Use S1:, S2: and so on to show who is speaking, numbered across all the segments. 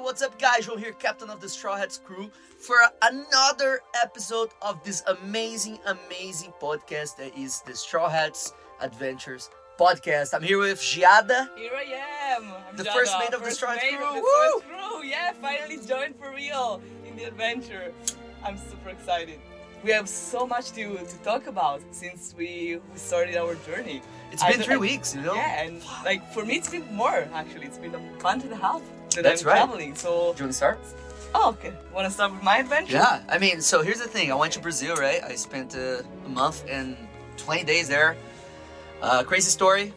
S1: what's up, guys? Joel here, captain of the Straw Hats crew, for another episode of this amazing, amazing podcast that is the Straw Hats Adventures podcast. I'm here with Giada.
S2: Here I am. I'm
S1: The
S2: Jada,
S1: first mate of the
S2: first
S1: Strong
S2: mate
S1: Crew.
S2: of the
S1: Woo!
S2: first crew. Yeah, finally joined for real in the adventure. I'm super excited. We have so much to, to talk about since we, we started our journey.
S1: It's been
S2: I-
S1: three
S2: I-
S1: weeks, you know?
S2: Yeah, and like for me, it's been more actually. It's been a month and a half that
S1: That's
S2: I'm
S1: right.
S2: traveling. So,
S1: Do you want to start?
S2: oh, okay. Want to start with my adventure?
S1: Yeah, I mean, so here's the thing. I went to Brazil, right? I spent uh, a month and 20 days there. Uh, crazy story,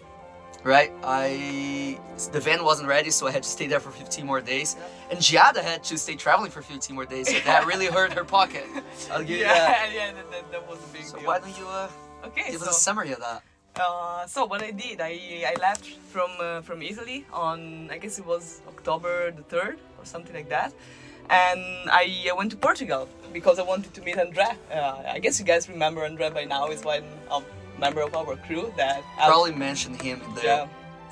S1: right? I the van wasn't ready, so I had to stay there for 15 more days. And Giada had to stay traveling for 15 more days, so that really hurt her pocket. I'll give you that.
S2: yeah, yeah, that, that, that was a big
S1: So
S2: deal.
S1: why don't you uh,
S2: okay,
S1: give
S2: so
S1: us a summary of that?
S2: Uh, so what I did, I, I left from uh, from Italy on I guess it was October the third or something like that, and I, I went to Portugal because I wanted to meet André. Uh, I guess you guys remember André by now is one of member of our crew that
S1: Probably mention him in the
S2: yeah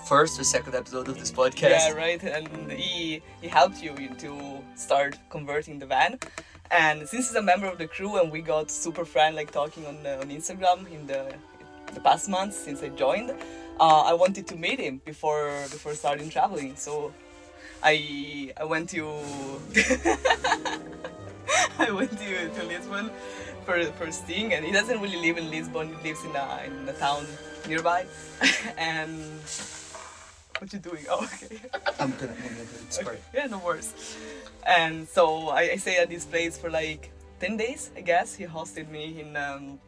S1: first or second episode of this podcast.
S2: yeah right and he he helped you to start converting the van. And since he's a member of the crew and we got super friend like talking on uh, on Instagram in the the past months since I joined, uh, I wanted to meet him before before starting traveling. So I I went to I went to, to Lisbon for first thing, and he doesn't really live in Lisbon. He lives in a in a town nearby, and what you doing? Oh, okay.
S1: I'm gonna, I'm gonna do it. Sorry.
S2: Yeah, no worries. And so I, I stayed at this place for like 10 days, I guess. He hosted me in um,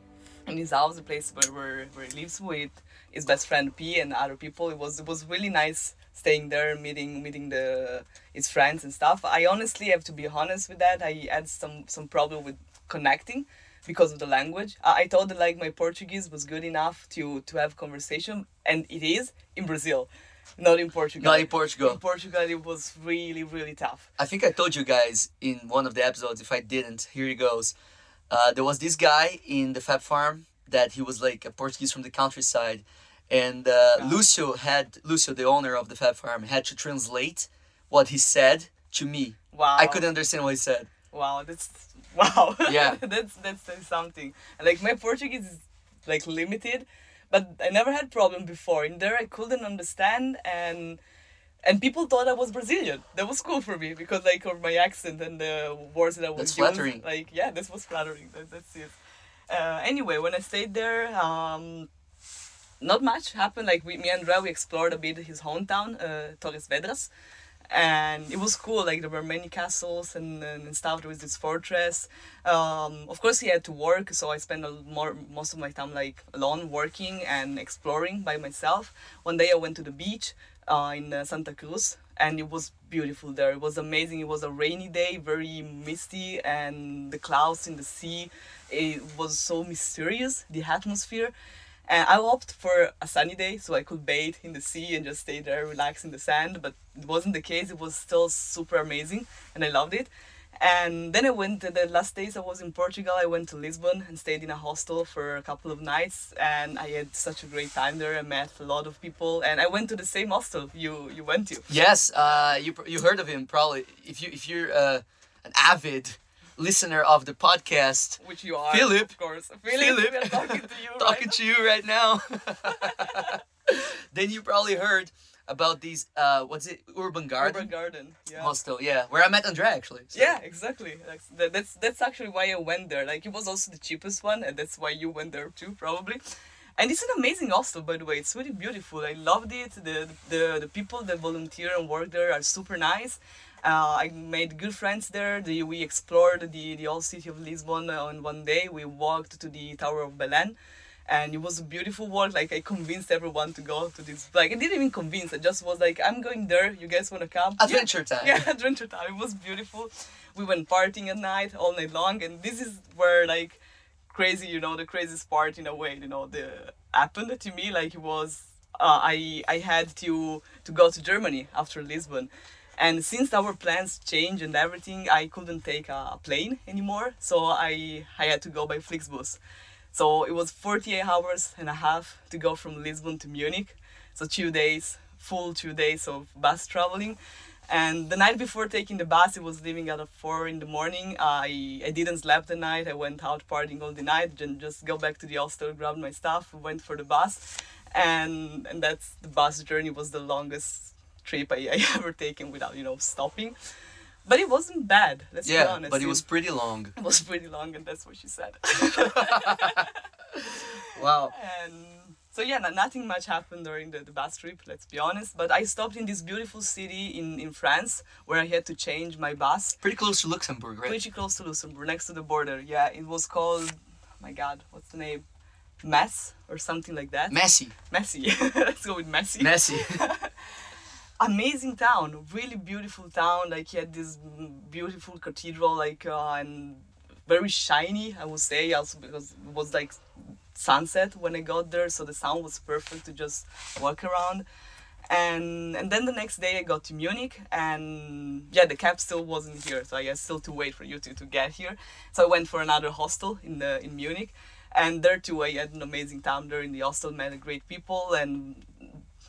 S2: in his house, the place where, where, where he lives with his best friend P and other people. It was it was really nice staying there, meeting meeting the his friends and stuff. I honestly have to be honest with that. I had some some problem with connecting because of the language. I, I thought that like my Portuguese was good enough to to have conversation, and it is in Brazil, not in Portugal.
S1: Not in Portugal.
S2: In Portugal, it was really, really tough.
S1: I think I told you guys in one of the episodes. If I didn't, here he goes. Uh, there was this guy in the Fab Farm that he was like a Portuguese from the countryside, and uh, Lucio had Lucio, the owner of the Fab Farm, had to translate what he said to me.
S2: Wow.
S1: I couldn't understand what he said.
S2: Wow, that's wow.
S1: Yeah.
S2: that's that's saying something. Like my Portuguese is like limited, but I never had problem before. In there, I couldn't understand and. And people thought I was Brazilian. That was cool for me because, like, of my accent and the words that I was
S1: That's
S2: used,
S1: flattering.
S2: Like, yeah, this was flattering. That, that's it. Uh, anyway, when I stayed there, um, not much happened. Like we, me and Ra, we explored a bit his hometown, uh, Torres Vedras, and it was cool. Like there were many castles and, and stuff. There was this fortress. Um, of course, he had to work, so I spent a, l- more most of my time like alone working and exploring by myself. One day I went to the beach uh, in uh, Santa Cruz, and it was beautiful there. It was amazing. It was a rainy day, very misty, and the clouds in the sea. It was so mysterious. The atmosphere. And I opted for a sunny day so I could bathe in the sea and just stay there, relax in the sand. But it wasn't the case. It was still super amazing, and I loved it. And then I went the last days I was in Portugal. I went to Lisbon and stayed in a hostel for a couple of nights, and I had such a great time there. I met a lot of people, and I went to the same hostel you you went to.
S1: Yes, uh, you pr- you heard of him probably. If you if you're uh, an avid listener of the podcast,
S2: Which you are,
S1: Philip.
S2: of course. Philip,
S1: Philip.
S2: we are talking to you.
S1: talking
S2: right?
S1: to you right now. then you probably heard about these uh, what's it urban garden
S2: Urban Garden. Yeah.
S1: hostel yeah where i met andre actually so-
S2: Yeah, exactly. That's that- that's that's actually why I went there. Like it was also the cheapest one, and that's why you went there too, probably. And it's an amazing hostel, by the way. It's really beautiful. I loved it. The the, the people that volunteer and work there are super nice. Uh, I made good friends there. The, we explored the, the old city of Lisbon on one day. We walked to the Tower of Belen, and it was a beautiful walk. Like I convinced everyone to go to this. Like I didn't even convince. I just was like, I'm going there. You guys wanna come? Yeah.
S1: adventure time
S2: Yeah, adventure time. It was beautiful. We went partying at night, all night long, and this is where like crazy, you know, the craziest part in a way, you know, the happened to me. Like it was, uh, I I had to to go to Germany after Lisbon. And since our plans changed and everything, I couldn't take a a plane anymore, so I I had to go by Flixbus. So it was 48 hours and a half to go from Lisbon to Munich. So two days, full two days of bus traveling. And the night before taking the bus, it was leaving at four in the morning. I I didn't sleep the night. I went out partying all the night. Then just go back to the hostel, grabbed my stuff, went for the bus, and and that's the bus journey was the longest trip I, I ever taken without you know stopping. But it wasn't bad. Let's be
S1: yeah,
S2: honest.
S1: but it was pretty long.
S2: it was pretty long, and that's what she said.
S1: Wow.
S2: and so yeah, no, nothing much happened during the, the bus trip. Let's be honest. But I stopped in this beautiful city in in France where I had to change my bus,
S1: Pretty close to Luxembourg, right?
S2: pretty close to Luxembourg, next to the border. Yeah, it was called, oh my God, what's the name? Mess or something like that.
S1: Messy.
S2: Messy. Let's go with Messy
S1: Messy.
S2: amazing town really beautiful town like he had this beautiful cathedral like uh, and very shiny i would say also because it was like sunset when i got there so the sound was perfect to just walk around and and then the next day i got to munich and yeah the cab still wasn't here so i had still to wait for you two to get here so i went for another hostel in the in munich and there too i had an amazing time there in the hostel met great people and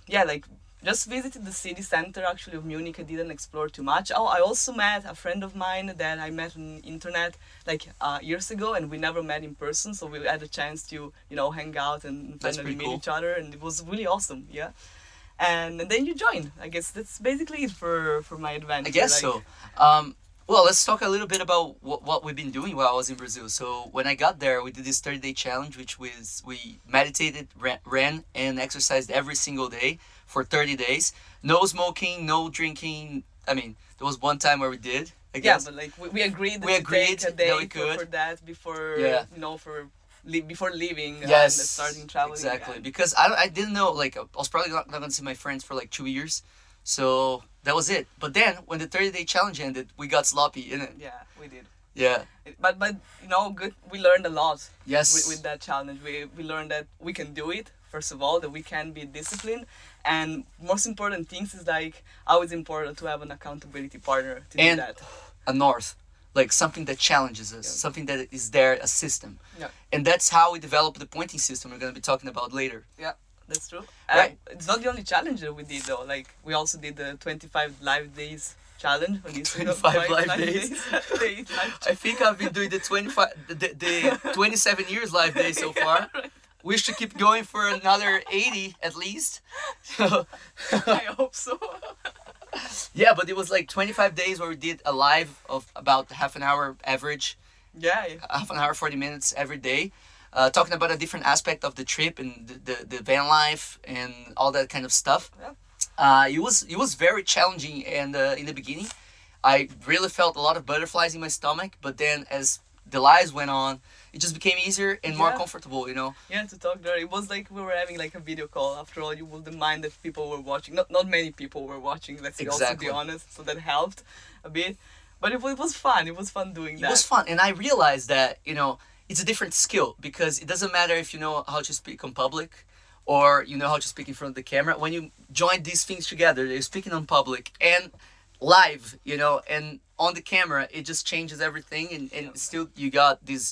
S2: yeah, like just visited the city center actually of Munich. I didn't explore too much. Oh, I also met a friend of mine that I met on internet like uh, years ago, and we never met in person. So we had a chance to you know hang out and
S1: That's
S2: finally
S1: pretty
S2: meet
S1: cool.
S2: each other, and it was really awesome. Yeah, and, and then you join. I guess that's basically it for for my adventure.
S1: I guess
S2: like-
S1: so. Um, well, let's talk a little bit about what, what we've been doing while I was in Brazil. So when I got there, we did this 30 day challenge, which was we meditated, ran, ran and exercised every single day for 30 days. No smoking, no drinking. I mean, there was one time where we did. I
S2: Yeah,
S1: guess.
S2: but like we, we agreed that
S1: We
S2: to
S1: agreed
S2: take
S1: that
S2: a day
S1: we
S2: for-
S1: could.
S2: for that before
S1: Yeah.
S2: you know for. Li- before leaving uh,
S1: yes,
S2: and starting traveling
S1: exactly.
S2: and-
S1: Because I, don't- I didn't know like I was probably not, not gonna see my friends for like two years, so that was it. But then when the 30 day challenge ended, we got sloppy in it.
S2: yeah we did
S1: Yeah.
S2: but but you know good we learned a lot
S1: Yes.
S2: with, with that challenge we we learned that we can do it first of all that we can be disciplined and most important things is like how it's important to have an accountability partner to
S1: And-
S2: do that
S1: a north like something that challenges us
S2: Yeah.
S1: something that is there a system
S2: Yeah.
S1: and that's how we develop the pointing system we're going to be talking about later
S2: yeah that's true
S1: Right.
S2: uh, it's not the only challenge that we did though like we also did the 25 live days challenge on Instagram.
S1: 25 live days.
S2: Days, live
S1: i think i've been doing the 25 the, the, the 27 years live day so far we should keep going for another 80 at least
S2: i hope so
S1: yeah but it was like 25 days where we did a live of about half an hour average
S2: yeah
S1: half an hour 40 minutes every day uh, talking about a different aspect of the trip and the, the, the van life and all that kind of stuff
S2: Yeah.
S1: uh, it was it was very challenging and uh, in the beginning i really felt a lot of butterflies in my stomach but then as the lives went on it just became easier and more
S2: Yeah.
S1: comfortable you know
S2: Yeah, to talk there. It was like we were having like a video call. After all, you wouldn't mind if people were watching. Not not many people were watching. Let's be also
S1: Exactly.
S2: be honest. So that helped a bit. But it, wa- it was fun. It was fun doing
S1: It
S2: that.
S1: was fun, and I realized that you know it's a different skill because it doesn't matter if you know how to speak in public or you know how to speak in front of the camera. When you join these things together, you're speaking on public and live, you know, and on the camera, it just changes everything, and, and still you got this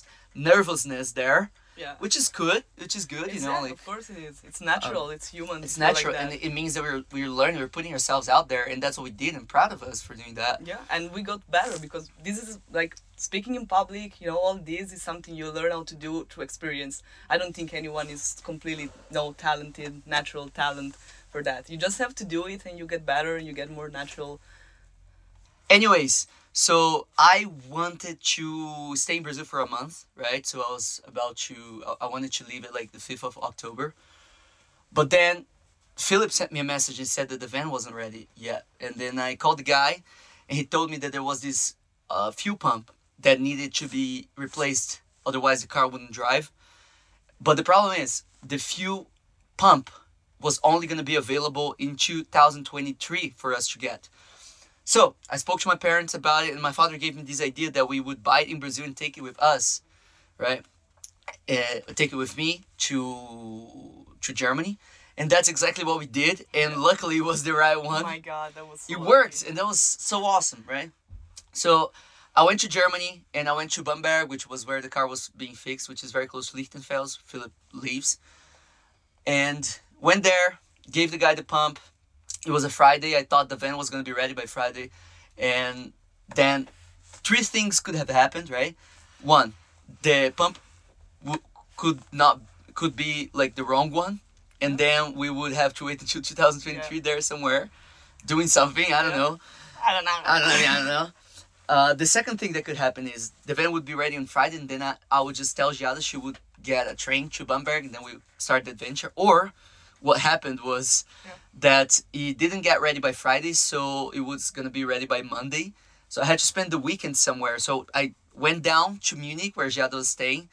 S1: nervousness there,
S2: yeah.
S1: which is good, which is good, you
S2: It's-
S1: know,
S2: yeah,
S1: like um,
S2: of course it is. It's natural. it's human.
S1: it's
S2: to feel like
S1: natural,
S2: that.
S1: and it means that we're we're learning, we're putting ourselves out there, and that's what we did. I'm proud of us for doing that.
S2: yeah and we got better because this is like speaking in public you know all this is something you learn how to do through experience i don't think anyone is completely no talented natural talent for that you just have to do it and you get better and you get more natural
S1: anyways so i wanted to stay in brazil for a month right so i was about to I- i wanted to leave at like the 5th of october but then philip sent me a message and said that the van wasn't ready yet and then i called the guy and he told me that there was this uh, fuel pump that needed to be replaced otherwise the car wouldn't drive but the problem is the fuel pump was only going to be available in 2023 for us to get so I spoke to my parents about it, and my father gave me this idea that we would buy it in Brazil and take it with us, right? Uh, take it with me to to Germany, and that's exactly what we did. And luckily, it was the right
S2: oh
S1: one.
S2: my god that was so
S1: it
S2: lucky.
S1: worked, and that was so awesome, right? So I went to Germany, and I went to Bamberg, which was where the car was being fixed, which is very close to Lichtenfels. Philip leaves, and went there, gave the guy the pump, it was a Friday. I thought the van was gonna be ready by Friday, and then three things could have happened, right? One, the pump w- could not could be like the wrong one, and then we would have to wait until 2023 there somewhere, doing something. I don't
S2: Yeah.
S1: know.
S2: I don't know.
S1: I don't know. I don't know. Uh, the second thing that could happen is the van would be ready on Friday, and then I, I would just tell Giada she would get a train to Bamberg, and then we start the adventure. Or what happened was that it didn't get ready by Friday, so it was gonna be ready by Monday. So I had to spend the weekend somewhere. So I went down to Munich where Giada was staying,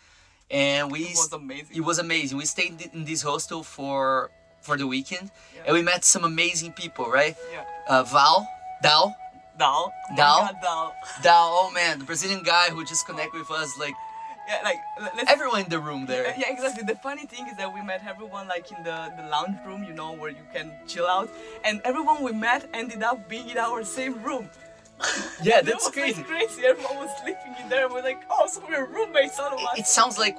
S1: and we
S2: It was amazing.
S1: it was amazing. We stayed in this hostel for for the weekend,
S2: Yeah.
S1: and we met some amazing people, right?
S2: yeah.
S1: Uh, Val, Dal.
S2: Dal.
S1: Dal?
S2: Yeah, Dal.
S1: That oh man, the Brazilian guy who just connect with us, like
S2: Yeah, like l- let's.
S1: everyone in the room there.
S2: yeah, exactly. The funny thing is that we met everyone like in the, the lounge room, you know, where you can chill out, and everyone we met ended up being in our same room.
S1: Yeah,
S2: That
S1: that's
S2: was,
S1: crazy.
S2: Like, crazy. Everyone was sleeping in there. We're like, oh, so we're roommates, all of us.
S1: It sounds like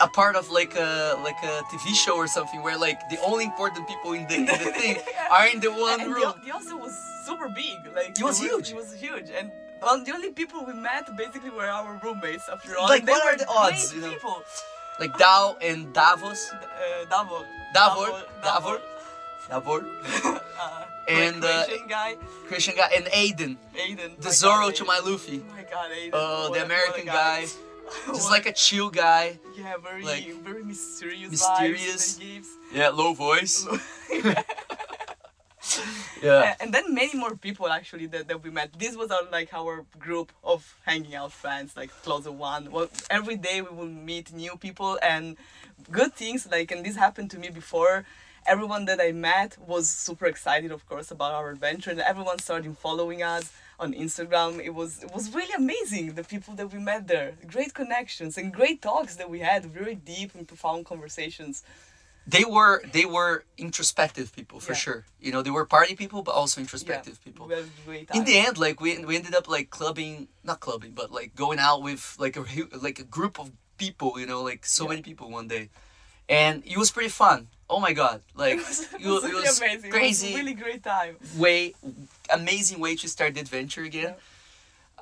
S1: a part of like a like a TV show or something where like the only important people in the, in the thing are in the one
S2: and
S1: room.
S2: The, the hostel was super big. Like
S1: It was
S2: there
S1: huge.
S2: It was huge, and well, the only people we met basically were our roommates after all.
S1: Like,
S2: and they
S1: what are
S2: were
S1: the odds,
S2: great
S1: you know?
S2: People.
S1: Like Dao and Davos,
S2: Uh, Davor.
S1: Davor, Davor, Davor,
S2: Uh,
S1: And,
S2: and
S1: uh,
S2: guy,
S1: Christian guy, and Aiden,
S2: Aiden.
S1: the
S2: my
S1: Zorro
S2: God,
S1: to my
S2: Aiden.
S1: Luffy,
S2: Oh my God, Aiden.
S1: Oh, the
S2: what a- what a
S1: American guy. just
S2: What-
S1: like a chill guy.
S2: yeah, very
S1: like,
S2: very mysterious,
S1: mysterious.
S2: vibes that he gives.
S1: Yeah, low voice.
S2: Uh,
S1: Yeah.
S2: and then many more people actually that, that we met. This was our like our group of hanging out friends, like closer one. Well, every day we will meet new people and good things. Like and this happened to me before. Everyone that I met was super excited, of course, about our adventure, and everyone started following us on Instagram. It was it was really amazing the people that we met there. Great connections and great talks that we had, very deep and profound conversations.
S1: They were they were introspective people for
S2: Yeah.
S1: sure. You know, they were party people but also introspective people.
S2: We had great
S1: in
S2: times.
S1: the end like we, we ended up like clubbing not clubbing but like going out with like a hu- like a group of people you know like so
S2: Yeah.
S1: many people one day and it was pretty fun oh my god like it was,
S2: it was, really amazing. It was
S1: crazy
S2: really great time.
S1: way amazing way to start the adventure again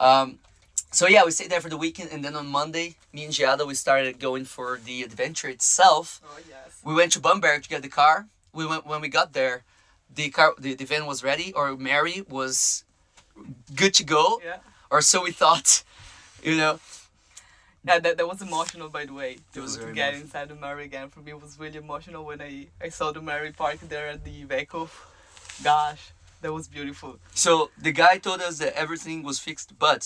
S1: um so yeah we stayed there for the weekend and then on monday me and giada we started going for the adventure itself
S2: Oh yes.
S1: we went to Bamberg to get the car. We went when we got there, the car the, the van was ready or Mary was good to go.
S2: Yeah.
S1: Or so we thought. You know.
S2: Yeah, that, that was emotional by the way. To,
S1: was
S2: to
S1: very
S2: get
S1: emotional.
S2: inside the Mary again for me it was really emotional when I, I saw the Mary park there at the Veco. Gosh, that was beautiful.
S1: So the guy told us that everything was fixed, but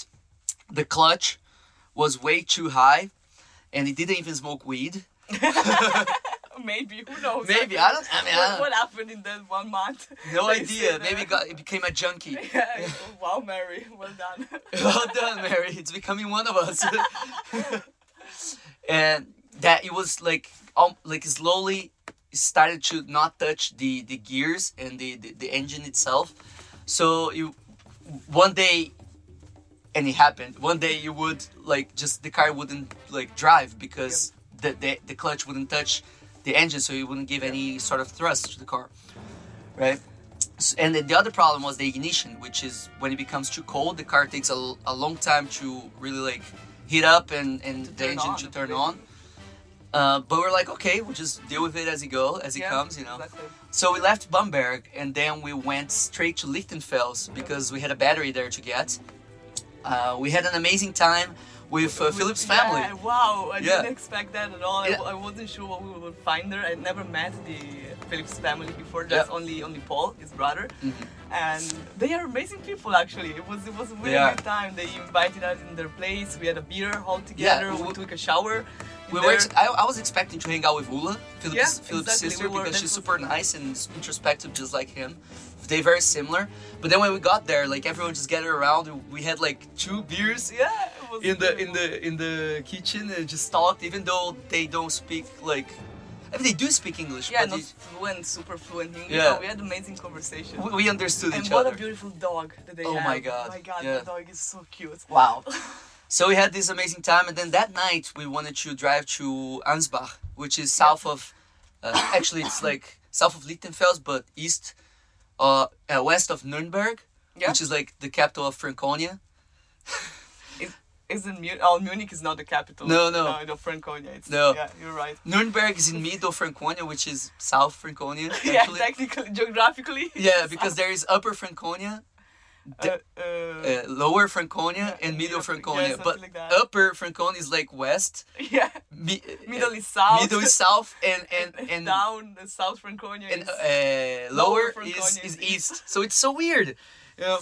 S1: the clutch was way too high and he didn't even smoke weed.
S2: Maybe who knows?
S1: Maybe I don't I mean I
S2: what,
S1: don't,
S2: what happened in that one month?
S1: no
S2: They
S1: idea.
S2: said, uh,
S1: Maybe he got he became a junkie.
S2: yeah. oh, Wow, Mary, well done.
S1: well done, Mary. It's becoming one of us. and that it was like um, like slowly started to not touch the the gears and the the, the engine itself. So you one day and it happened. One day you would like just the car wouldn't like drive because the, the the clutch wouldn't touch the engine, so it wouldn't give any sort of thrust to the car, right? S- and the other problem was the ignition, which is when it becomes too cold, the car takes a, l- a long time to really like heat up and, and the
S2: turn
S1: engine
S2: on,
S1: to
S2: I
S1: turn
S2: believe.
S1: on. Uh, but we're like, okay, we'll just deal with it as it go, as it
S2: Yeah,
S1: comes, you know.
S2: exactly.
S1: So we left Bamberg and then we went straight to Lichtenfels because we had a battery there to get. Uh, we had an amazing time with uh,
S2: With-
S1: Philip's family.
S2: Yeah, wow, I
S1: Yeah.
S2: didn't expect that at all.
S1: Yeah.
S2: I, I wasn't sure what we would find there. I never met the Philip's family before. Just
S1: Yeah. Mm-hmm.
S2: only only Paul, his brother, and they are amazing people. Actually, it was it was a really
S1: They are.
S2: good time. They invited us in their place. We had a beer all together.
S1: we-
S2: we took a shower. in
S1: We were
S2: their-
S1: ex- I, I was expecting to hang out with Ula, Philip's,
S2: Yeah,
S1: Philip's
S2: exactly,
S1: sister,
S2: we were-
S1: because
S2: that
S1: she's
S2: was-
S1: super nice and s- introspective, just like him. They very similar. But then when we got there, like everyone just gathered around. We had like two beers
S2: yeah, it was
S1: in the in
S2: beautiful.
S1: the in the kitchen and just talked, even though they don't speak like. I mean, they do speak English,
S2: yeah,
S1: but
S2: not
S1: it-
S2: fluent, super fluent English.
S1: Yeah.
S2: but we had amazing conversation.
S1: we, we understood
S2: and
S1: each
S2: what
S1: other.
S2: a beautiful dog that they
S1: Oh
S2: have.
S1: my God,
S2: my god,
S1: yeah.
S2: the dog is so cute.
S1: Wow. So we had this amazing time, and then that night we wanted to drive to Ansbach, which is south of, uh, actually it's like south of Lichtenfels, but east uh, uh, west of Nuremberg,
S2: Yeah.
S1: which is like the capital of Franconia.
S2: Is, isn't Munich? Oh, Munich is not the capital.
S1: No, no.
S2: Uh, of Franconia. It's,
S1: No.
S2: Yeah, you're right.
S1: Nuremberg is in middle Franconia, which is South Franconia.
S2: Yeah,
S1: Actually.
S2: technically, geographically.
S1: yeah, because there is Upper Franconia,
S2: Uh, uh,
S1: uh, Lower Franconia,
S2: Yeah,
S1: and Middle
S2: yeah,
S1: Franconia.
S2: something
S1: but oh,
S2: like that.
S1: Upper Franconia is like west,
S2: yeah.
S1: mi-
S2: Middle
S1: uh,
S2: is south.
S1: middle is south, and and and, and,
S2: down the South Franconia. is,
S1: uh,
S2: Lower
S1: lower,
S2: Franconia
S1: is,
S2: is
S1: is east. So it's so weird. You know?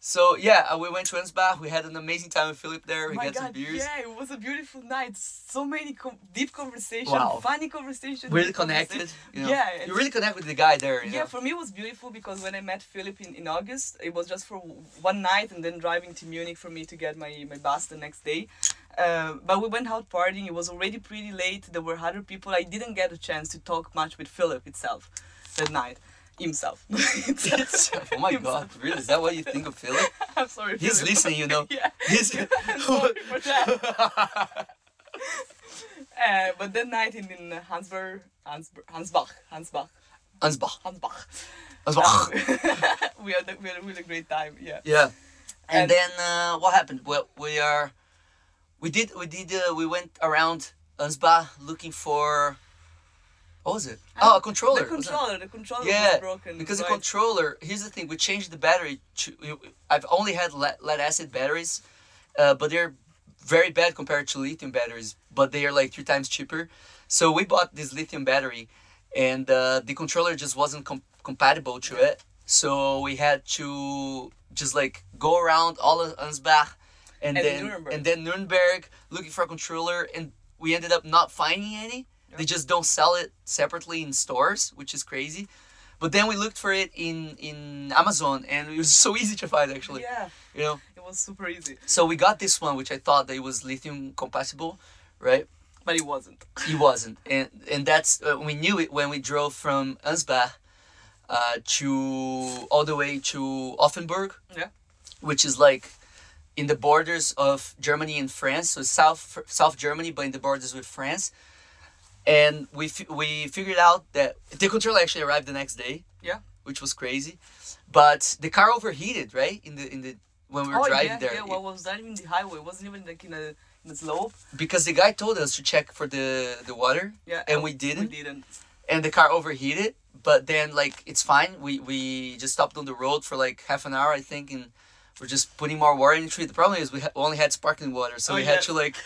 S1: So yeah, uh, we went to Ansbach. We had an amazing time with Philip there. We
S2: my
S1: got some
S2: God,
S1: beers.
S2: yeah, it was a beautiful night. So many com- deep conversation,
S1: Wow.
S2: funny conversation.
S1: Really
S2: deep conversation.
S1: connected. You know?
S2: Yeah,
S1: You
S2: it's-
S1: really connect with the guy there. You
S2: Yeah,
S1: know?
S2: for me it was beautiful because when I met Philip in, in August, it was just for one night and then driving to Munich for me to get my, my bus the next day. Uh, but we went out partying, it was already pretty late, there were other people. I didn't get a chance to talk much with Philip itself that night. Himself.
S1: It's- oh my god, really? Is that what you think of Philip?
S2: I'm sorry.
S1: He's
S2: Philip.
S1: listening, you know.
S2: Yeah.
S1: He's
S2: Sorry for that. Uh, but that night in, in Hansberg, Hansberg, Hansbach, Hansbach,
S1: Ansbach.
S2: Hansbach.
S1: Ansbach.
S2: we had a, we had a really great time. Yeah.
S1: Yeah.
S2: And-
S1: And, then uh, what happened? Well, we are, we did, we did, uh, we went around Ansbach looking for, what was it? Oh, a controller.
S2: The
S1: was that?
S2: controller, the controller
S1: Yeah,
S2: was broken.
S1: because the
S2: right?
S1: controller. Here's the thing: we changed the battery. To, I've only had lead, lead acid batteries, uh, but they're very bad compared to lithium batteries. But they are like three times cheaper. So we bought this lithium battery, and uh, the controller just wasn't com- compatible to it. So we had to just like go around all of Ansbach, and,
S2: And
S1: then
S2: Nuremberg.
S1: and then Nuremberg looking for a controller, and we ended up not finding any. They just don't sell it separately in stores, which is crazy. But then we looked for it in in Amazon, and it was so easy to find actually.
S2: Yeah,
S1: You know,
S2: it was super easy,
S1: so we got this one, which I thought that it was lithium compatible, right?
S2: but it wasn't.
S1: It wasn't, and and that's uh, we knew it when we drove from Ansbach uh, to all the way to Offenburg,
S2: Yeah.
S1: which is like in the borders of Germany and France, so South South Germany, but in the borders with France. And we f- we figured out that the controller actually arrived the next day,
S2: Yeah.
S1: which was crazy. But the car overheated, right? In the in the when we were
S2: oh
S1: driving
S2: yeah,
S1: there,
S2: yeah. Well, was not even the highway. It wasn't even like in a in a slope.
S1: because the guy told us to check for the the water,
S2: Yeah.
S1: and we didn't.
S2: We didn't.
S1: and the car overheated but then like it's fine we we just stopped on the road for like half an hour i think and we're just putting more water into it the problem is we ha- only had sparkling water so
S2: Oh,
S1: we
S2: yeah.
S1: had to like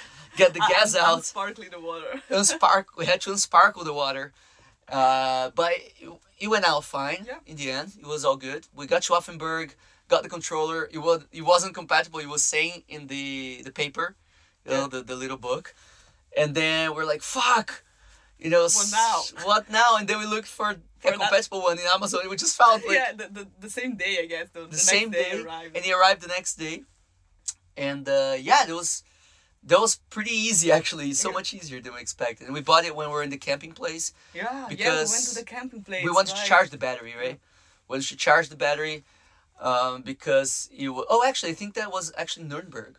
S1: get the
S2: I-
S1: gas
S2: I'm- I'm
S1: out
S2: Sparkly the water.
S1: unspark we had to unsparkle the water uh, but it, it went out fine
S2: Yeah.
S1: in the end it was all good we got to offenburg got the controller it was it wasn't compatible it was saying in the the paper you know,
S2: Yeah.
S1: the, the little book and then we're like fuck you know
S2: What now?
S1: s- what now and then we looked for,
S2: For
S1: a
S2: that-
S1: compatible one in amazon we just found like
S2: yeah, the, the, the same day I guess. The,
S1: the,
S2: next
S1: same
S2: day,
S1: day,
S2: arrived.
S1: and he arrived the next day and uh, yeah that was that was pretty easy actually so
S2: Yeah.
S1: much easier than we expected and we bought it when we were in the camping place
S2: yeah, yeah. We went
S1: because
S2: to the camping place.
S1: we wanted
S2: right.
S1: to charge the battery right we wanted to charge the battery um, because you wa- oh actually i think that was actually nuremberg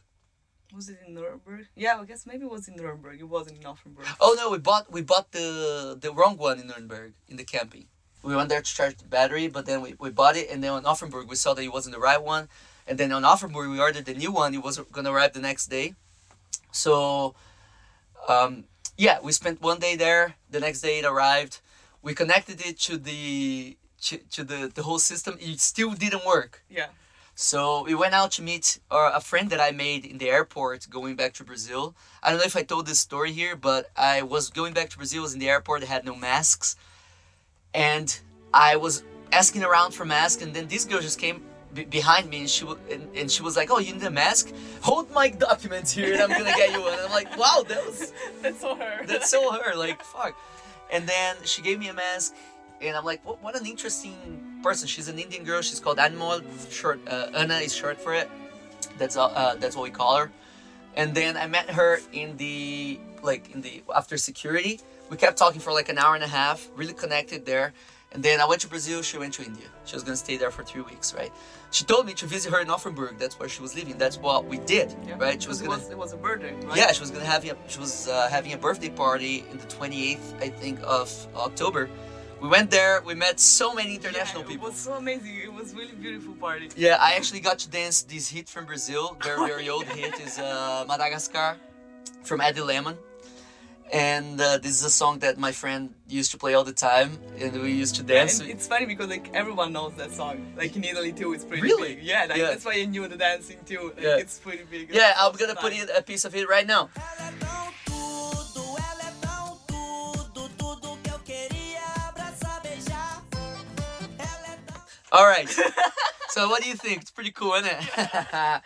S2: Was it in Nuremberg? Yeah, I guess maybe it was in Nuremberg. It wasn't in Offenburg.
S1: oh no we bought we bought the the wrong one in nuremberg in the camping we went there to charge the battery but then we, we bought it and then on offenburg we saw that it wasn't the right one and then on offenburg we ordered the new one it was gonna arrive the next day so um, yeah we spent one day there the next day it arrived we connected it to the to, to the, the whole system it still didn't work
S2: Yeah.
S1: so we went out to meet uh, a friend that I made in the airport going back to Brazil. I don't know if I told this story here, but I was going back to Brazil, was in the airport, I had no masks. And I was asking around for masks, and then this girl just came b- behind me and she, w- and, and she was like, Oh, you need a mask? Hold my documents here and I'm gonna get you one. And I'm like, Wow, that was
S2: That's so her.
S1: that's so her, like fuck. And then she gave me a mask, and I'm like, what, what an interesting person. She's an Indian girl. She's called Animal. Short uh, Anna is short for it. That's all- uh, that's what we call her. And then I met her in the like in the after security. We kept talking for like an hour and a half. Really connected there. And then I went to Brazil. She went to India. She was gonna stay there for three weeks, right? She told me to visit her in Offenburg. That's where she was living. That's what we did,
S2: Yeah.
S1: right? She
S2: Because
S1: was
S2: it
S1: gonna
S2: was, it was a birthday, right?
S1: yeah, she was gonna have a, she was uh, having a birthday party in the twenty eighth, I think, of October, We went there. We met so many international
S2: Yeah,
S1: people.
S2: It was so amazing. It was really beautiful party.
S1: Yeah, I actually got to dance this hit from Brazil. Their
S2: Oh,
S1: very old hit is uh, Madagascar from Eddie Lemon. And uh, this is a song that my friend used to play all the time, and we used to dance.
S2: And it's funny because like everyone knows that song. Like in Italy too, it's pretty
S1: Really?
S2: big. Yeah, like,
S1: Yeah.
S2: that's why I knew the dancing too. Like,
S1: Yeah.
S2: It's pretty big.
S1: yeah,
S2: It's
S1: I'm gonna put
S2: nice.
S1: in a piece of it right now.
S3: Ela é tão tudo, ela é tão tudo, tudo que eu queria abraçar, beijar. Ela é tão.
S1: All right. so what do you think? It's pretty cool, isn't it?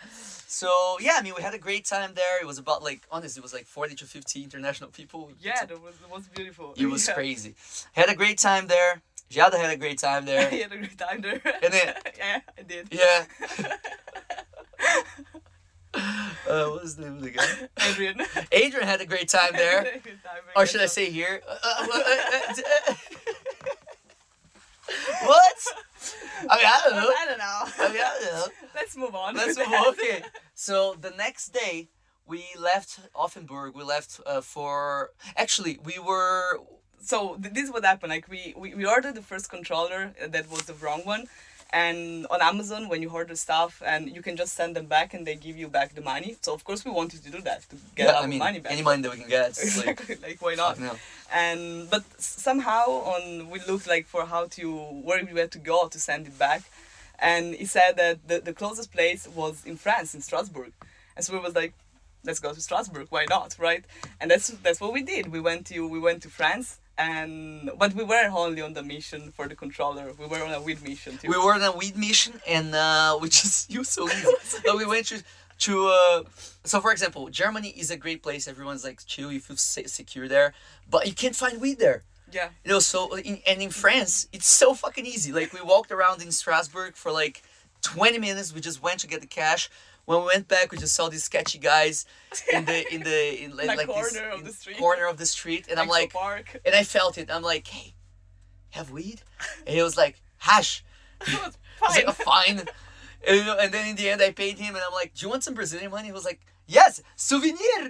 S1: so yeah, I mean, we had a great time there. It was about like honestly, it was like 40 to 50 international people.
S2: Yeah, that was, that was beautiful.
S1: it was
S2: Yeah.
S1: crazy. Had a great time there. Giada had a great time
S2: I
S1: there.
S2: had a great time there.
S1: And it-
S2: yeah, I did.
S1: Yeah. uh, what was the name of the guy?
S2: Adrian.
S1: Adrian had a great time there.
S2: Good time,
S1: Or should I
S2: guess.
S1: say here? Uh, uh, uh, uh, d- uh. what? I mean, I don't know.
S2: I don't know.
S1: I mean, I don't know.
S2: Let's move on.
S1: Oh, Let's move
S2: with that.
S1: on. Okay. So the next day, we left Offenburg. We left uh, for. Actually, we were.
S2: so th- this is what happened like we, we we ordered the first controller uh, that was the wrong one and on amazon when you order stuff and you can just send them back and they give you back the money so of course we wanted to do that to get
S1: Yeah,
S2: our
S1: I mean,
S2: money back
S1: any money that we can get. it's Like,
S2: exactly like why not
S1: fuck no.
S2: and but s- somehow on we looked like for how to where we had to go to send it back and he said that the, the closest place was in france in strasbourg and so we was like let's go to strasbourg why not right and that's that's what we did we went to we went to france and but we were only on the mission for the controller we were on a weed mission too
S1: We were on a weed mission, and uh, we just used so easy. but we went to to. Uh, so, for example, Germany is a great place. Everyone's like chill. You feel se- secure there, but you can't find weed there.
S2: yeah
S1: You know, so in, and in France, it's so fucking easy. Like we walked around in Strasbourg for like 20 minutes. We just went to get the cash. When we went back, we just saw these sketchy guys in the in the in,
S2: Like
S1: like this-
S2: corner of
S1: in
S2: the street.
S1: corner of the street, and I'm
S2: Expo
S1: like,
S2: park
S1: and I felt it. I'm like, hey, have weed? And he was like, hash.
S2: It was
S1: I was
S2: fine.
S1: like, fine. And, you know, and then in the end, I paid him, and I'm like, do you want some Brazilian money? He was like, yes, souvenir.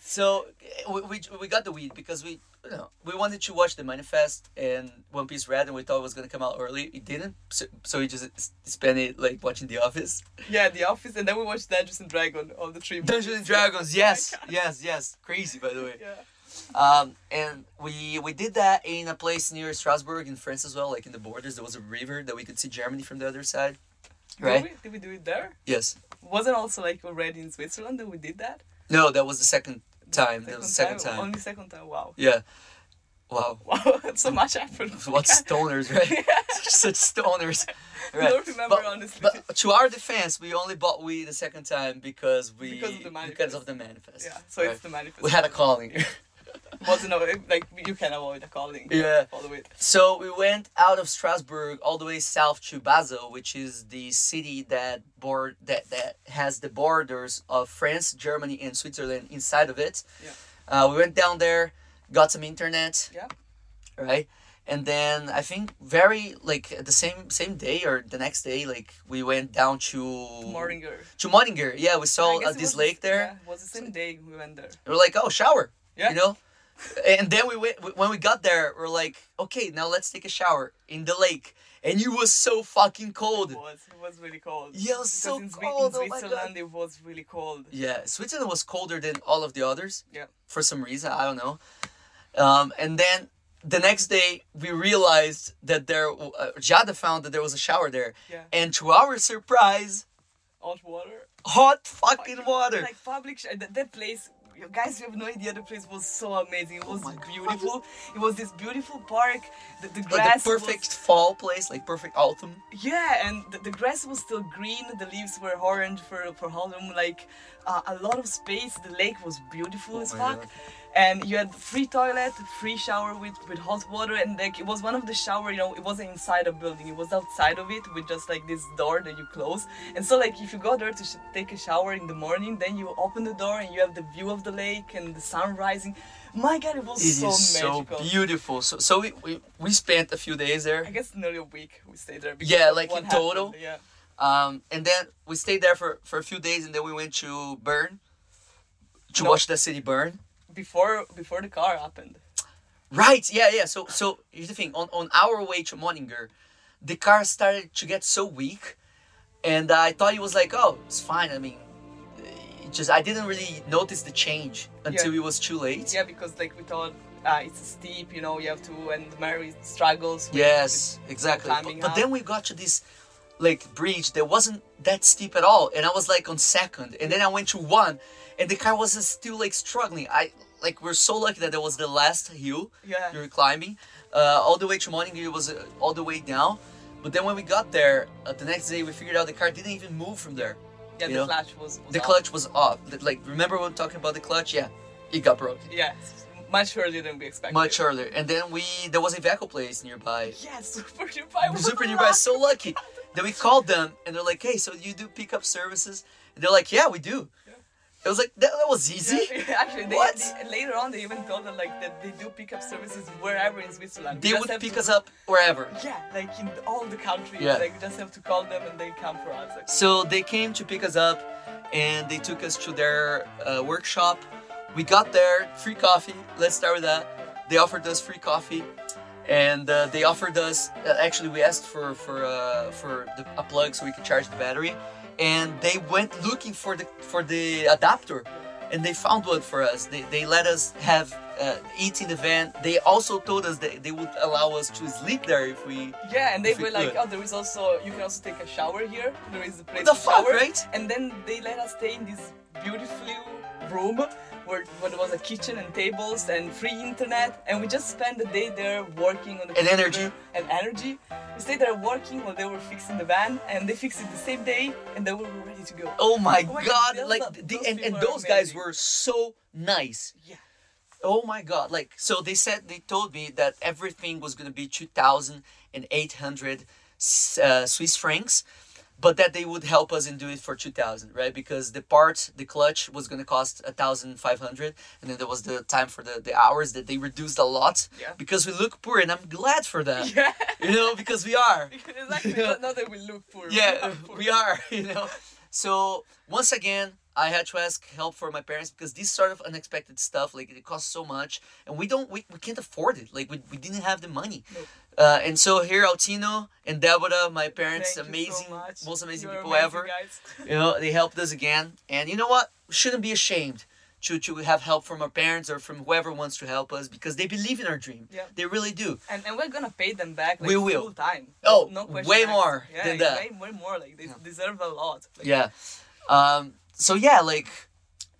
S1: So eh, we, we, we got the weed because we you know we wanted to watch the manifest and One Piece Red and we thought it was gonna come out early. It didn't, so, so we just s- spent it like watching The Office,
S2: yeah the office and then we watched dungeons and dragon all the three
S1: Dungeons and
S2: movies.
S1: Dragons. Yes, yes, yes. Crazy, by the way.
S2: yeah
S1: Um, and we we did that in a place near Strasbourg in France as well, like in the borders. There was a river that we could see Germany from the other side. Right?
S2: did we, did we do it there
S1: Yes.
S2: wasn't also like already in Switzerland that we did that.
S1: No, that was the second time. that was the second time.
S2: Only second time. Wow.
S1: Yeah. Wow.
S2: Wow. so much happened.
S1: What stoners, right? Such stoners. Right.
S2: don't remember,
S1: but,
S2: honestly.
S1: But to our defense, we only bought weed the second time because we
S2: Because of the
S1: because of
S2: manifest.
S1: the manifest.
S2: Yeah. So
S1: right?
S2: it's the manifest.
S1: we had a calling.
S2: Wasn't a, like you can avoid a calling.
S1: Yeah.
S2: Follow it.
S1: so we went out of Strasbourg all the way south to Basel, which is the city that board that that has the borders of France, Germany, and Switzerland inside of it.
S2: Yeah.
S1: Uh, we went down there, got some internet.
S2: Yeah.
S1: right and then i think very like the same same day or the next day like we went down to
S2: Moringer.
S1: to Moringer. yeah we saw
S2: I guess
S1: uh,
S2: it
S1: this
S2: was-
S1: lake there
S2: Yeah, it was the same day we went there.
S1: we we're like oh shower
S2: Yeah.
S1: you know and then we went when we got there we we're like okay now let's take a shower in the lake and it was so fucking cold
S2: It was. It was really cold.
S1: Yeah, it was
S2: Because
S1: so
S2: in, Swi-
S1: cold, oh my
S2: In
S1: God.
S2: Switzerland, it was really cold.
S1: yeah switzerland was colder than all of the others
S2: Yeah.
S1: for some reason i don't know um, and then the next day we realized that there uh, jada found that there was a shower there
S2: Yeah.
S1: and to our surprise
S2: Hot water.
S1: hot fucking water.
S2: Like public, sh- that, that place. you Guys, you have no idea. The place was so amazing. It was
S1: Oh my God.
S2: beautiful. It was this beautiful park. The, the
S1: Like
S2: grass
S1: the perfect fall place, like perfect autumn.
S2: Was, yeah, and the, the grass was still green. The leaves were orange for for Holm. Like uh, a lot of space. The lake was beautiful as
S1: Oh my
S2: fuck.
S1: God.
S2: And you had free toilet, free shower with with hot water, and like it was one of the shower. You know, it wasn't inside a building. It was outside of it with just like this door that you close. And so like if you go there to sh- take a shower in the morning, then you open the door and you have the view of the lake and the sun rising. My God, it was
S1: It is
S2: so
S1: so
S2: magical.
S1: beautiful. So, so we, we we spent a few days
S2: I
S1: there.
S2: guess nearly a week we stayed there.
S1: Yeah,
S2: of
S1: like
S2: what
S1: in total.
S2: happened, Yeah.
S1: Um, and then we stayed there for, for a few days, and then we went to Bern to
S2: No.
S1: watch the city burn.
S2: Before before the car happened.
S1: Right. Yeah. Yeah. So so here's the thing. On on our way to Moninger, the car started to get so weak, and I thought it was like, oh, it's fine. I mean, it just I didn't really notice the change until it was too late.
S2: Yeah, because like we thought uh, it's steep, you know, you have to, and Mary struggles. With,
S1: Yes, exactly.
S2: climbing
S1: But, but
S2: up.
S1: then we got to this like bridge that wasn't that steep at all, and I was like on second, and then I went to one, and the car was still like struggling. I like we're so lucky that that was the last hill
S2: Yeah.
S1: you were climbing, uh, all the way to morning. It was uh, all the way down, but then when we got there uh, the next day, we figured out the car didn't even move from there.
S2: yeah,
S1: you
S2: the
S1: know?
S2: clutch was, was
S1: The
S2: off.
S1: clutch was off. Th- Like remember when we were talking about the clutch? Yeah, it got broken
S2: Yeah, much earlier than we expected.
S1: much earlier, and then we there was a Iveco place nearby.
S2: Yeah, super nearby. was
S1: super
S2: a
S1: nearby,
S2: lot.
S1: so lucky. Then we called them and they're like, hey, so you do pickup services? And they're like, yeah, we do. It was like, that, that was easy.
S2: Yeah, actually, they,
S1: What?
S2: they- later on they even told us like that they do pick up services wherever in Switzerland.
S1: They
S2: You just
S1: would
S2: have
S1: pick
S2: to-
S1: us up wherever.
S2: Yeah, like in all the countries.
S1: Yeah.
S2: Like you just have to call them and they come for us. Like,
S1: So they came to pick us up and they took us to their uh, workshop. We got there, free coffee. Let's start with that. They offered us free coffee. And uh, they offered us. Uh, actually, we asked for for uh, for the, a plug so we could charge the battery, and they went looking for the for the adapter, and they found one for us. They, they let us have uh, eat in the van. They also told us that they would allow us to sleep there if we
S2: yeah, and they
S1: If we
S2: were like,
S1: could.
S2: oh, there is also you can also take a shower here. There is a place
S1: the
S2: to
S1: fuck,
S2: shower.
S1: right?
S2: And then they let us stay in this beautifully room where, where there was a kitchen and tables and free internet and we just spent the day there working on the
S1: And
S2: computer
S1: energy.
S2: and energy we stayed there working while they were fixing the van and they fixed it the same day and then we were ready to go
S1: Oh my,
S2: Oh my
S1: god!
S2: God, those
S1: like
S2: are-
S1: the,
S2: those
S1: and, and
S2: people are
S1: those guys
S2: amazing.
S1: were so nice.
S2: yeah
S1: Oh my god! Like so, they said they told me that everything was gonna be two thousand and eight hundred uh, Swiss francs, but that they would help us and do it for two thousand, right? Because the part, the clutch, was gonna cost a thousand five hundred, and then there was the time for the the hours that they reduced a lot.
S2: Yeah.
S1: Because we look poor, and I'm glad for that.
S2: yeah
S1: You know, because we are.
S2: exactly not, not that we look poor we
S1: yeah
S2: are poor.
S1: we are you know so once again i had to ask help for my parents because this sort of unexpected stuff like it costs so much and we don't we, we can't afford it like we, we didn't have the money uh, and so here altino and deborah my parents
S2: Thank you so
S1: amazing
S2: much.
S1: most amazing
S2: You are
S1: people ever
S2: guys.
S1: you know they helped us again and you know what we shouldn't be ashamed to, to have help from our parents or from whoever wants to help us because they believe in our dream
S2: Yeah.
S1: they really do
S2: And, and we're gonna pay them back like,
S1: We will.
S2: full time.
S1: Oh,
S2: question
S1: way
S2: asked.
S1: more
S2: yeah,
S1: than that.
S2: Way, way more. Like they deserve a lot. Like,
S1: yeah um so yeah like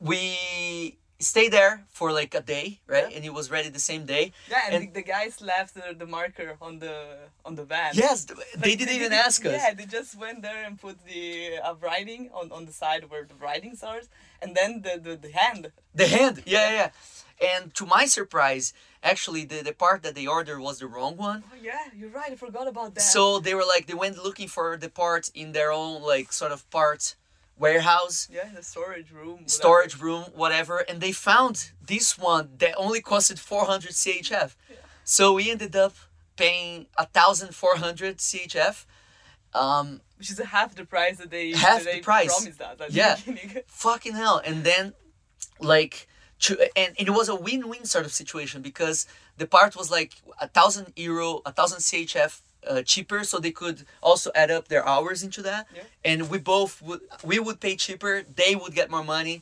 S1: we stayed there for like a day right
S2: Yeah.
S1: and it was ready the same day
S2: Yeah, and,
S1: And-
S2: the, the guys left the, the marker on the on the van.
S1: yes th-
S2: Like,
S1: they didn't even ask us
S2: Yeah, they just went there and put the uh, writing on, on the side where the writings are, and then the, the, the hand.
S1: the hand yeah yeah yeah. and to my surprise actually the, the part that they ordered was the wrong one
S2: Oh yeah, you're right. I forgot about that.
S1: so they were like they went looking for the part in their own like sort of part warehouse
S2: yeah, the storage room. whatever.
S1: storage room whatever and they found this one that only costed 400 chf so we ended up paying 1400 chf um
S2: which is half the price that they
S1: Half
S2: that
S1: the
S2: they
S1: price.
S2: promised us at
S1: Yeah.
S2: the beginning.
S1: fucking hell and then like to, and it was a win-win sort of situation because the part was like a thousand euro a thousand chf uh, cheaper so they could also add up their hours into that
S2: Yeah.
S1: and we both would we would pay cheaper they would get more money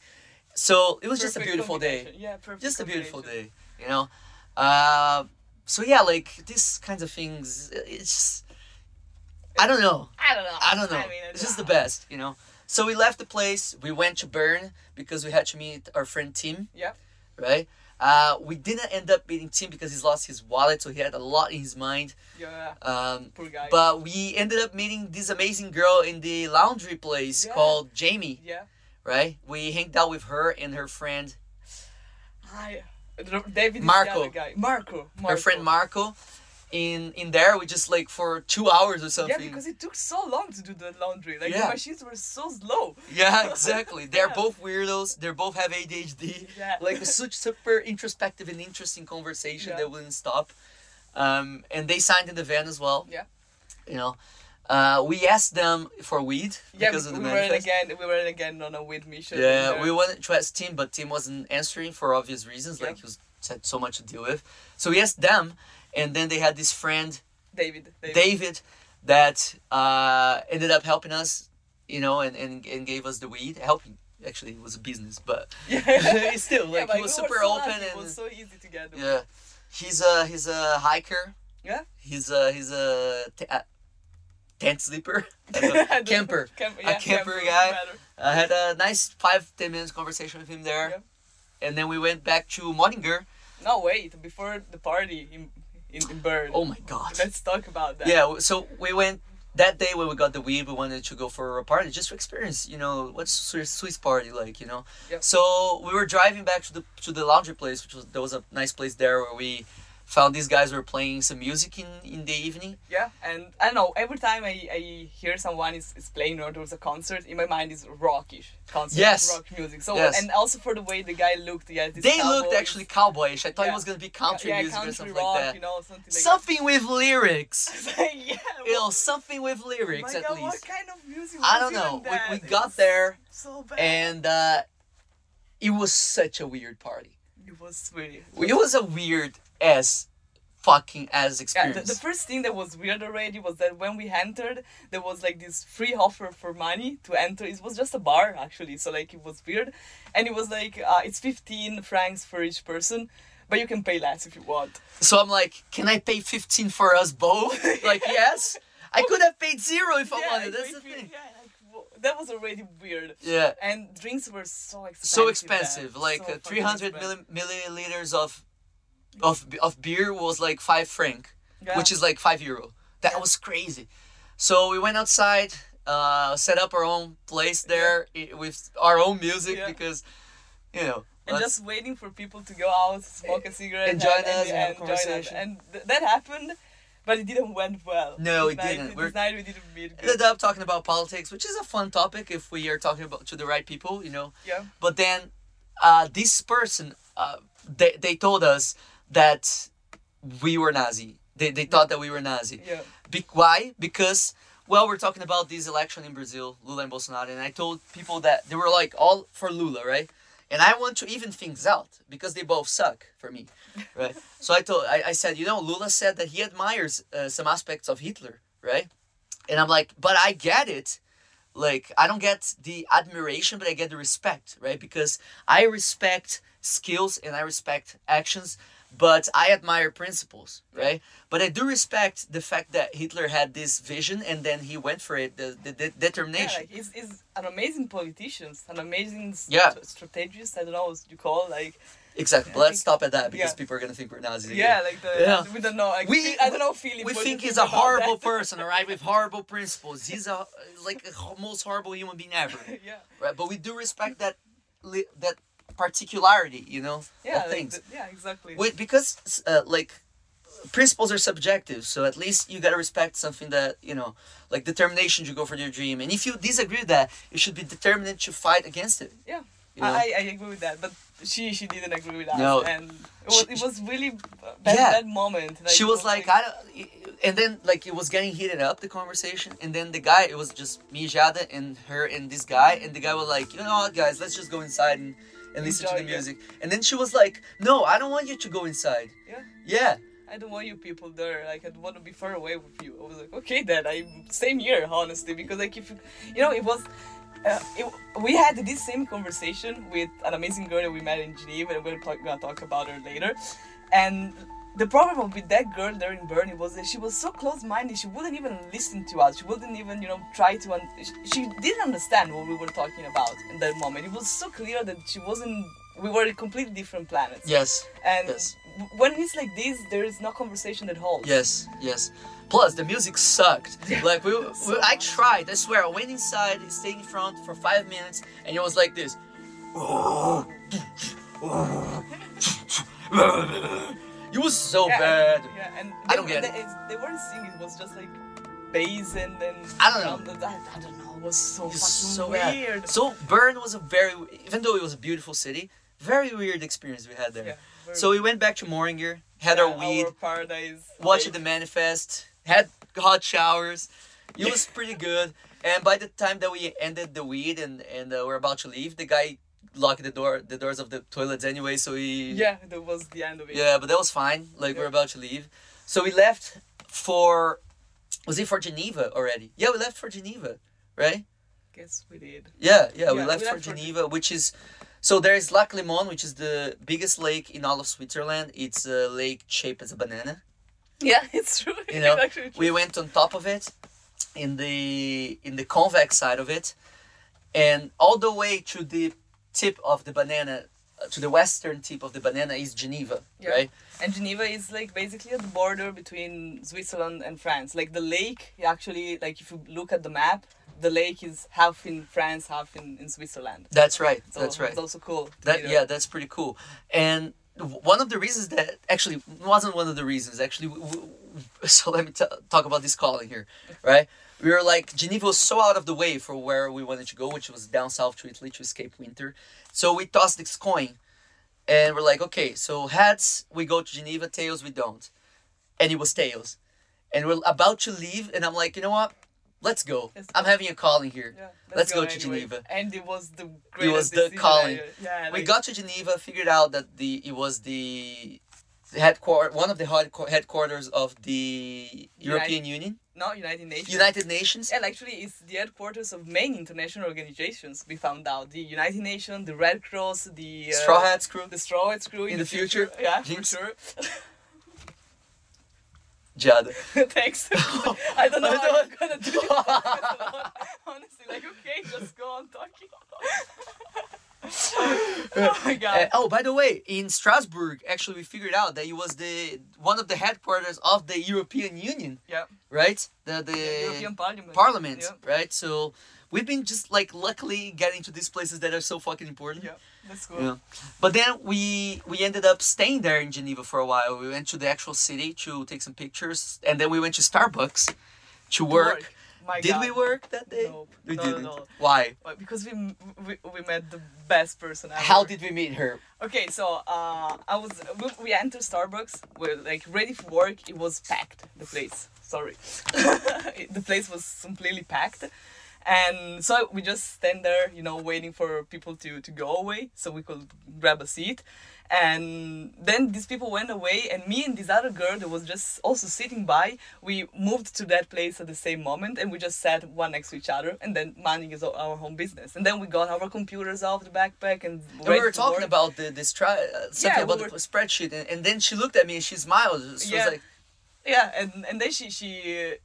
S1: so it was just a
S2: Perfect
S1: beautiful day
S2: combination. Yeah, perfect.
S1: just a beautiful
S2: combination.
S1: day you know uh, so yeah like these kinds of things it's i don't know
S2: I don't know.
S1: I don't know.
S2: mean,
S1: it's just the
S2: uh,
S1: best, you know. So we left the place. We went to Bern because we had to meet our friend Tim,
S2: Yeah.
S1: right? Uh, we didn't end up meeting Tim because he's lost his wallet, so he had a lot in his mind.
S2: Yeah.
S1: Um,
S2: Poor guy.
S1: but we ended up meeting this amazing girl in the laundry place
S2: Yeah.
S1: called Jamie,
S2: yeah.
S1: right? We hanged out with her and her friend,
S2: Hi. David is
S1: Marco.
S2: the other guy. Marco. Marco.
S1: her friend Marco, in in there. We just like for two hours or
S2: Yeah,
S1: something.
S2: because it took so long to do the laundry. Like
S1: Yeah.
S2: the machines were so slow.
S1: Yeah, exactly. They're
S2: Yeah.
S1: both weirdos. They both have ADHD.
S2: Yeah.
S1: Like such super introspective and interesting conversation
S2: Yeah.
S1: that wouldn't stop. Um, and they signed in the van as well.
S2: Yeah.
S1: You know, Uh, we asked them for weed
S2: Yeah,
S1: because of the
S2: we were
S1: manifest.
S2: again we were again on a weird mission. uh,
S1: Yeah, we
S2: were.
S1: wanted to ask Tim, but Tim wasn't answering for obvious reasons.
S2: Yeah.
S1: Like he was had so much to deal with. So we asked them, and then they had this friend
S2: David. David.
S1: David that uh, ended up helping us, you know, and, and, and gave us the weed. Helping actually it was a business, but
S2: Yeah.
S1: still
S2: Yeah,
S1: like
S2: but
S1: he was
S2: we were
S1: super
S2: so
S1: open
S2: lucky,
S1: and
S2: it was so easy to get.
S1: yeah, he's a he's a hiker.
S2: Yeah.
S1: He's a he's a t- uh, tent sleeper, I don't know,
S2: I don't-
S1: camper.
S2: Camp-
S1: A
S2: yeah,
S1: camper
S2: camper
S1: guy.
S2: better.
S1: I had a nice five ten minutes conversation with him there,
S2: Yeah.
S1: and then we went back to Modinger.
S2: No wait, before the party in in, in Bern.
S1: Oh my god.
S2: Let's talk about that.
S1: Yeah, w- so we went that day when we got the weed. We wanted to go for a party just to experience, you know, what's Swiss Swiss party like, you know.
S2: Yep.
S1: So we were driving back to the to the laundry place, which was there was a nice place there where we found these guys were playing some music in in the evening.
S2: Yeah, and I don't know, every time I, I hear someone is, is playing or there's a concert, in my mind is rockish concert,
S1: Yes.
S2: rock music. So
S1: Yes.
S2: and also for the way the guy looked, yeah, this
S1: they
S2: cowboy
S1: looked
S2: is-
S1: actually cowboyish. I thought
S2: Yeah.
S1: it was gonna be country
S2: yeah,
S1: music
S2: country
S1: or something
S2: rock,
S1: like that.
S2: you know, something like
S1: something with lyrics.
S2: that. yeah,
S1: You know,
S2: what-
S1: something with
S2: my
S1: lyrics at
S2: God,
S1: least.
S2: What kind of music?
S1: I
S2: was
S1: don't
S2: even
S1: know.
S2: that?
S1: We, we
S2: It
S1: got
S2: was
S1: there
S2: so bad.
S1: and uh, it was such a weird party.
S2: it was really.
S1: It was a weird ass fucking ass
S2: Yeah,
S1: experience.
S2: the, the first thing that was weird already was that when we entered, there was like this free offer for money to enter. It was just a bar actually, so like it was weird, and it was like uh, it's fifteen francs for each person, but you can pay less if you want.
S1: so I'm like, can I pay 15 for us both? like, yes. I could have paid zero if I
S2: Yeah,
S1: wanted.
S2: if-
S1: That's
S2: if
S1: the
S2: you-
S1: thing.
S2: yeah, like, wo- that was already weird.
S1: Yeah.
S2: And drinks were so expensive.
S1: So
S2: then.
S1: expensive. Like
S2: So
S1: uh,
S2: fucking
S1: 300
S2: expensive.
S1: milli- milliliters of of b- of beer was like 5 franc,
S2: Yeah.
S1: which is like 5 euro. That was crazy. So we went outside, uh, set up our own place there i- with our own music
S2: Yeah.
S1: because you know,
S2: and
S1: let's-
S2: just waiting for people to go out, smoke a cigarette,
S1: and join
S2: and,
S1: us and have a
S2: join us.
S1: conversation.
S2: And th- that happened, but it didn't went well.
S1: No,
S2: This
S1: it
S2: night-
S1: didn't. We're-
S2: This night we didn't meet. Good.
S1: ended up talking about politics, which is a fun topic if we are talking about to the right people, you know.
S2: Yeah.
S1: But then, uh, this person, uh, they they told us that we were Nazi. They they thought that we were Nazi.
S2: Yeah.
S1: Be- why? Because well, we're talking about this election in Brazil, Lula and Bolsonaro, and I told people that they were like all for Lula, right? And I want to even things out because they both suck for me, right? so I told I, I said, you know, Lula said that he admires uh, some aspects of Hitler, right? And I'm like, but I get it. Like I don't get the admiration, but I get the respect, right? Because I respect skills and I respect actions, but I admire principles, right? But I do respect the fact that Hitler had this vision and then he went for it, the, the, the
S2: Yeah,
S1: determination.
S2: like he's, he's an amazing politician, an amazing s-
S1: Yeah.
S2: st- strategist. I don't know what you call like
S1: exactly. But let's stop at that because
S2: Yeah.
S1: people are gonna think we're Nazis. again.
S2: yeah, like the
S1: Yeah.
S2: we don't know. Like,
S1: We-
S2: I don't know Philip.
S1: we
S2: what
S1: think
S2: you
S1: he's a
S2: about
S1: horrible
S2: that.
S1: person, all right, with horrible principles. He's a like a ho- most horrible human being ever,
S2: yeah,
S1: right? But we do respect that li- that particularity, you know,
S2: yeah,
S1: of
S2: like
S1: things.
S2: the- yeah, exactly.
S1: Wait, because uh, like principles are subjective, so at least you gotta respect something that you know, like determination to go for your dream. And if you disagree with that, you should be determined to fight against it.
S2: yeah.
S1: You know?
S2: I, I agree with that, but she she didn't agree with us,
S1: No.
S2: and it was,
S1: She-
S2: it was really b- bad,
S1: Yeah.
S2: bad moment.
S1: she
S2: it
S1: was like, I don't. And then like it was getting heated up the conversation, and then the guy it was just me, Jada, and her, and this guy, and the guy was like, you know what, guys, let's just go inside and, and listen to
S2: Enjoy,
S1: the
S2: yeah.
S1: music. And then she was like, no, I don't want you to go inside.
S2: yeah,
S1: Yeah,
S2: I don't want you people there. Like, I want to be far away with you. I was like, okay, then I same here, honestly, because like if you, you know, it was. Uh, it, we had this same conversation with an amazing girl that we met in Geneva, and we're talk, gonna talk about her later. And the problem with that girl there in Bernie was that she was so close-minded; she wouldn't even listen to us. She wouldn't even, you know, try to. Un- she, she didn't understand what we were talking about in that moment. It was so clear that she wasn't. We were completely different planets.
S1: yes,
S2: And
S1: Yes.
S2: w- when it's like this, there is no conversation that holds.
S1: yes, yes. Plus the music sucked. Like we, we I tried. I swear, I went inside, stayed in front for five minutes, and it was like this. It was so
S2: Yeah,
S1: bad.
S2: and- Yeah, and
S1: I don't
S2: they-
S1: get it.
S2: They, it's- they weren't singing. It was just like bass and then.
S1: I don't
S2: know. I, I don't know. It was so
S1: It's
S2: fucking
S1: so
S2: weird.
S1: Bad. So Bern was a very, even though it was a beautiful city, very weird experience we had there.
S2: Yeah, very
S1: so we went back to Moringer, had
S2: Yeah,
S1: our weed,
S2: Our paradise.
S1: watched
S2: like,
S1: the manifest, had hot showers, It was pretty good. And by the time that we ended the weed and and uh, we're about to leave, the guy locked the door, the doors of the toilets anyway. So we
S2: Yeah, that was the end of it.
S1: yeah, but that was fine. Like we're about to leave, so we left for was it for Geneva already? Yeah, we left for Geneva, right?
S2: Guess we did.
S1: Yeah, yeah, we
S2: Yeah,
S1: left
S2: we
S1: for
S2: left for Gen-
S1: Geneva, which is so there is Lac Lemon, which is the biggest lake in all of Switzerland. It's a lake shaped as a banana.
S2: Yeah, it's true.
S1: You know,
S2: It's actually true.
S1: we went on top of it, in the in the convex side of it, and all the way to the tip of the banana, uh, to the western tip of the banana is Geneva,
S2: Yeah.
S1: right?
S2: And Geneva is like basically at the border between Switzerland and France. Like the lake, actually, like if you look at the map, the lake is half in France, half in, in Switzerland.
S1: That's right.
S2: So
S1: that's right.
S2: It's also cool.
S1: That
S2: you know.
S1: yeah, that's pretty cool. And w- one of the reasons that actually wasn't one of the reasons actually. W- w- so let me t- talk about this calling here, right? We were like Geneva was so out of the way for where we wanted to go, which was down south to Italy to escape winter. So we tossed this coin, and we're like, okay, so heads we go to Geneva, tails we don't, and it was tails, and we're about to leave, and I'm like, you know what? Let's go.
S2: Let's
S1: I'm
S2: go.
S1: having a calling here.
S2: Yeah,
S1: Let's go, to
S2: anyway.
S1: Geneva.
S2: And it was the greatest
S1: was the
S2: decision
S1: calling.
S2: ever. Yeah,
S1: we
S2: like-
S1: got to Geneva, figured out that the it was the headquarter one of the headqu- headquarters of the European Union,
S2: no United Nations.
S1: United Nations.
S2: And actually, it's the headquarters of many international organizations. We found out the United Nations, the Red Cross, the uh,
S1: Straw Hats crew,
S2: the Straw Hats crew.
S1: In the future,
S2: yeah,
S1: Jinx.
S2: for sure.
S1: Jada.
S2: Thanks. I don't know how I'm gonna do this alone. Honestly, like, okay, just go on talking. oh my
S1: Uh,
S2: god.
S1: oh, by the way, in Strasbourg, actually, we figured out that it was the one of the headquarters of the European Union,
S2: Yeah.
S1: right? The the,
S2: The European Parliament.
S1: uh, Parliament,
S2: Yeah.
S1: right? So we've been just like luckily getting to these places that are so fucking important.
S2: Yeah. That's cool.
S1: Yeah. But then we we ended up staying there in Geneva for a while. We went to the actual city to take some pictures, and then we went to Starbucks to work.
S2: My
S1: Did
S2: god.
S1: we work that day?
S2: Nope.
S1: We
S2: No, no,
S1: didn't.
S2: no.
S1: Why?
S2: But Because we, we we met the best person ever.
S1: How did we meet her?
S2: Okay, so uh, I was we, we entered Starbucks. We're like ready for work. It was packed. The place. Sorry, the place was completely packed, and so we just stand there, you know, waiting for people to to go away so we could grab a seat. And then these people went away, and me and this other girl that was just also sitting by, we moved to that place at the same moment, and we just sat one next to each other, and then minding is our home business. And then we got our computers off the backpack, and,
S1: And we
S2: ready
S1: were
S2: to
S1: talking
S2: work.
S1: about the this tri- uh, something
S2: we
S1: about
S2: were-
S1: the spreadsheet, and, and then she looked at me and she smiled. She
S2: Yeah.
S1: was like,
S2: yeah and and then she she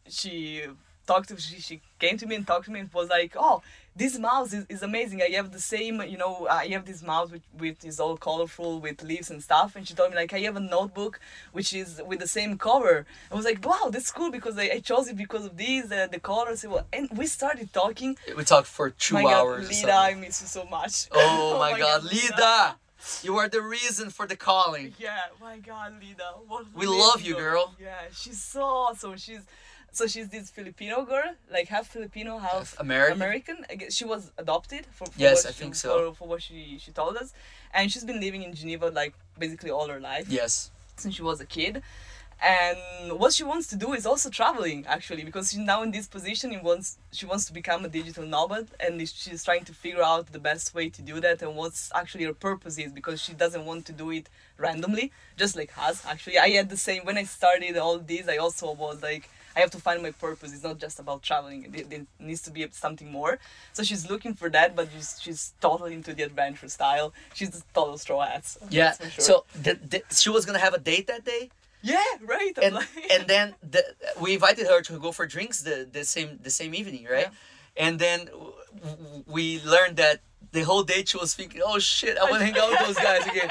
S2: she talked to she, she came to me and talked to me and was like oh this mouse is, is amazing i have the same you know i have this mouse which, which is all colorful with leaves and stuff and she told me like i have a notebook which is with the same cover i was like wow that's cool because i, I chose it because of these uh, the colors it was, and we started talking
S1: we talked for two
S2: my
S1: hours. or
S2: god lida i
S1: something.
S2: miss you so much
S1: Oh, my God, Lida, you are the reason for the calling.
S2: Yeah, my God, Lida. What a
S1: We love you,
S2: lady.
S1: girl.
S2: Yeah, she's so awesome. She's so she's this Filipino girl, like half Filipino, half
S1: American.
S2: American. I guess she was adopted for, for
S1: Yes,
S2: what
S1: I
S2: she-
S1: think so.
S2: For, for what she she told us, and she's been living in Geneva like basically all her life
S1: Yes.
S2: since she was a kid. And what she wants to do is also traveling, actually, because she's now in this position. And wants she wants to become a digital nomad, and is- she's trying to figure out the best way to do that and what's actually her purpose is, because she doesn't want to do it randomly, just like us. Actually, I had the same when I started all this. I also was like, I have to find my purpose. It's not just about traveling. It, it- it needs to be something more. So she's looking for that, but she's, she's totally into the adventure style. She's a total straw hats.
S1: Yeah.
S2: that's for sure.
S1: So the, the, she was gonna have a date that day.
S2: yeah, right. I'm
S1: and
S2: like-
S1: and then the, we invited her to go for drinks the, the same the same evening, right? And then w- w- we learned that the whole day she was thinking, "Oh shit, I want to hang out with those guys again."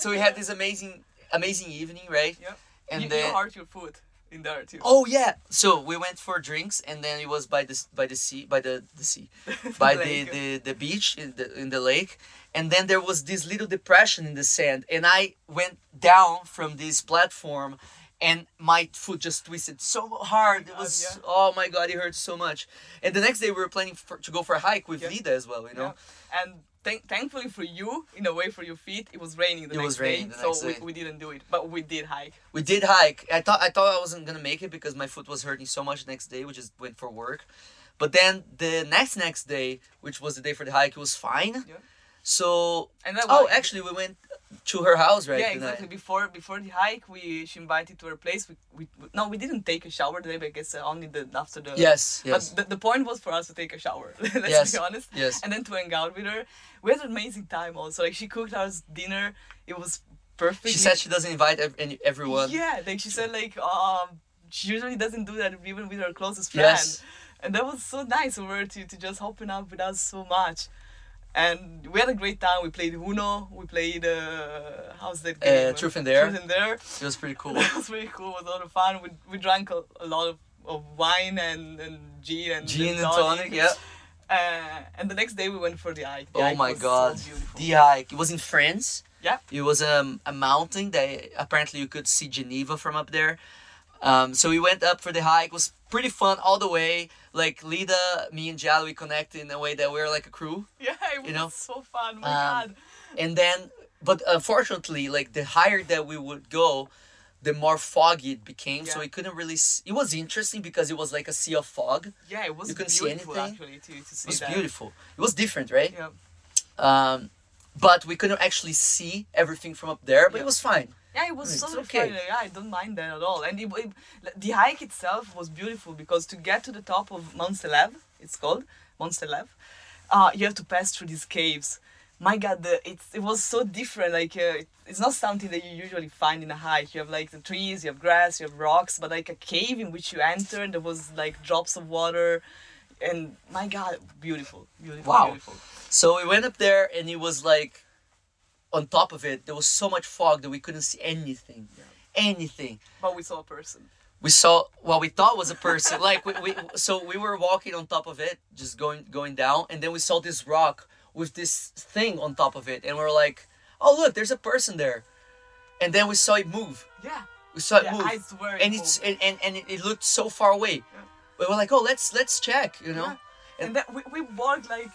S1: So we had this amazing amazing evening, right?
S2: Yeah.
S1: And
S2: you,
S1: then
S2: you hurt your foot in there too.
S1: oh yeah, so we went for drinks, and then it was by the s- by the sea by the the sea by the,
S2: Lake.
S1: the the beach in the in the lake and then there was this little depression in the sand and i went down from this platform and my foot just twisted so hard it
S2: God,
S1: was
S2: yeah.
S1: oh my god it hurt so much and the next day we were planning for, to go for a hike with
S2: Yeah.
S1: lida as well you know
S2: Yeah. And thank thankfully for you, in a way for your feet, it was raining the
S1: It
S2: next
S1: was raining
S2: day,
S1: the
S2: so
S1: next
S2: we,
S1: day.
S2: we didn't do it, but we did hike.
S1: We did hike. I thought I thought I wasn't gonna make it because my foot was hurting so much the next day. We just went for work, but then the next next day, which was the day for the hike, it was fine.
S2: Yeah.
S1: So
S2: And then
S1: oh,
S2: what-
S1: actually we went to her house right
S2: yeah,
S1: the night.
S2: exactly. Before before the hike, we she invited to her place. We, we no, we didn't take a shower today, but I guess uh, only the after the
S1: Yes, yes.
S2: But the, the point was for us to take a shower. Let's
S1: Yes,
S2: be honest.
S1: yes.
S2: And then to hang out with her, we had an amazing time. Also, like she cooked us dinner. It was perfect.
S1: She said she doesn't invite ev- any, everyone.
S2: Yeah, like she said, like um, she usually doesn't do that even with her closest friend.
S1: Yes.
S2: And that was so nice of her to, to just open up with us so much. And we had a great time. We played Uno. We played uh, how's that game?
S1: Truth and Dare.
S2: Truth and Dare.
S1: It was pretty cool.
S2: That was really cool. It was a lot of fun. We, we drank a, a lot of, of wine and, and gin and
S1: Gin and tonic, yeah.
S2: Uh, and the next day we went for the hike. The
S1: oh
S2: hike
S1: my
S2: was so
S1: god.
S2: beautiful.
S1: the hike. It was in France.
S2: yeah.
S1: It was um, a mountain that apparently you could see Geneva from up there. Um, so we went up for the hike. It was pretty fun all the way. Like Lida, me and Jal, we connected in a way that we were like a crew.
S2: Yeah, it was
S1: You know,
S2: so fun. Oh My
S1: um,
S2: god.
S1: And then, but unfortunately, like the higher that we would go, the more foggy it became. So
S2: Yeah.
S1: we couldn't really. See. It was interesting because it was like a sea of fog.
S2: Yeah, it was
S1: You couldn't see
S2: beautiful
S1: anything.
S2: actually to, to
S1: It
S2: see
S1: was
S2: that.
S1: beautiful. It was different, right?
S2: Yeah.
S1: Um, but we couldn't actually see everything from up there. But
S2: Yeah.
S1: it was fine.
S2: Yeah, it was
S1: It's
S2: sort of
S1: okay.
S2: fun. Yeah, I don't mind that at all. And it, it, the hike itself was beautiful because to get to the top of Mont Celeb, it's called Mont Celeb, uh, you have to pass through these caves. My God, the, it's it was so different. Like uh, it- it's not something that you usually find in a hike. You have like the trees, you have grass, you have rocks, but like a cave in which you enter, and there was like drops of water, and my God, beautiful, beautiful,
S1: Wow.
S2: beautiful.
S1: So we went up there and it was like on top of it, there was so much fog that we couldn't see anything. Anything.
S2: But we saw a person.
S1: We saw what we thought was a person. like we, we so we were walking on top of it, just going going down, and then we saw this rock with this thing on top of it, and we were like, Oh look, there's a person there. And then we saw it move.
S2: Yeah.
S1: We saw it
S2: Yeah,
S1: move.
S2: I swear it
S1: and it's
S2: moved.
S1: and, and, and it looked so far away. We were like, Oh let's let's check, you know?
S2: Yeah. And then we, we walked like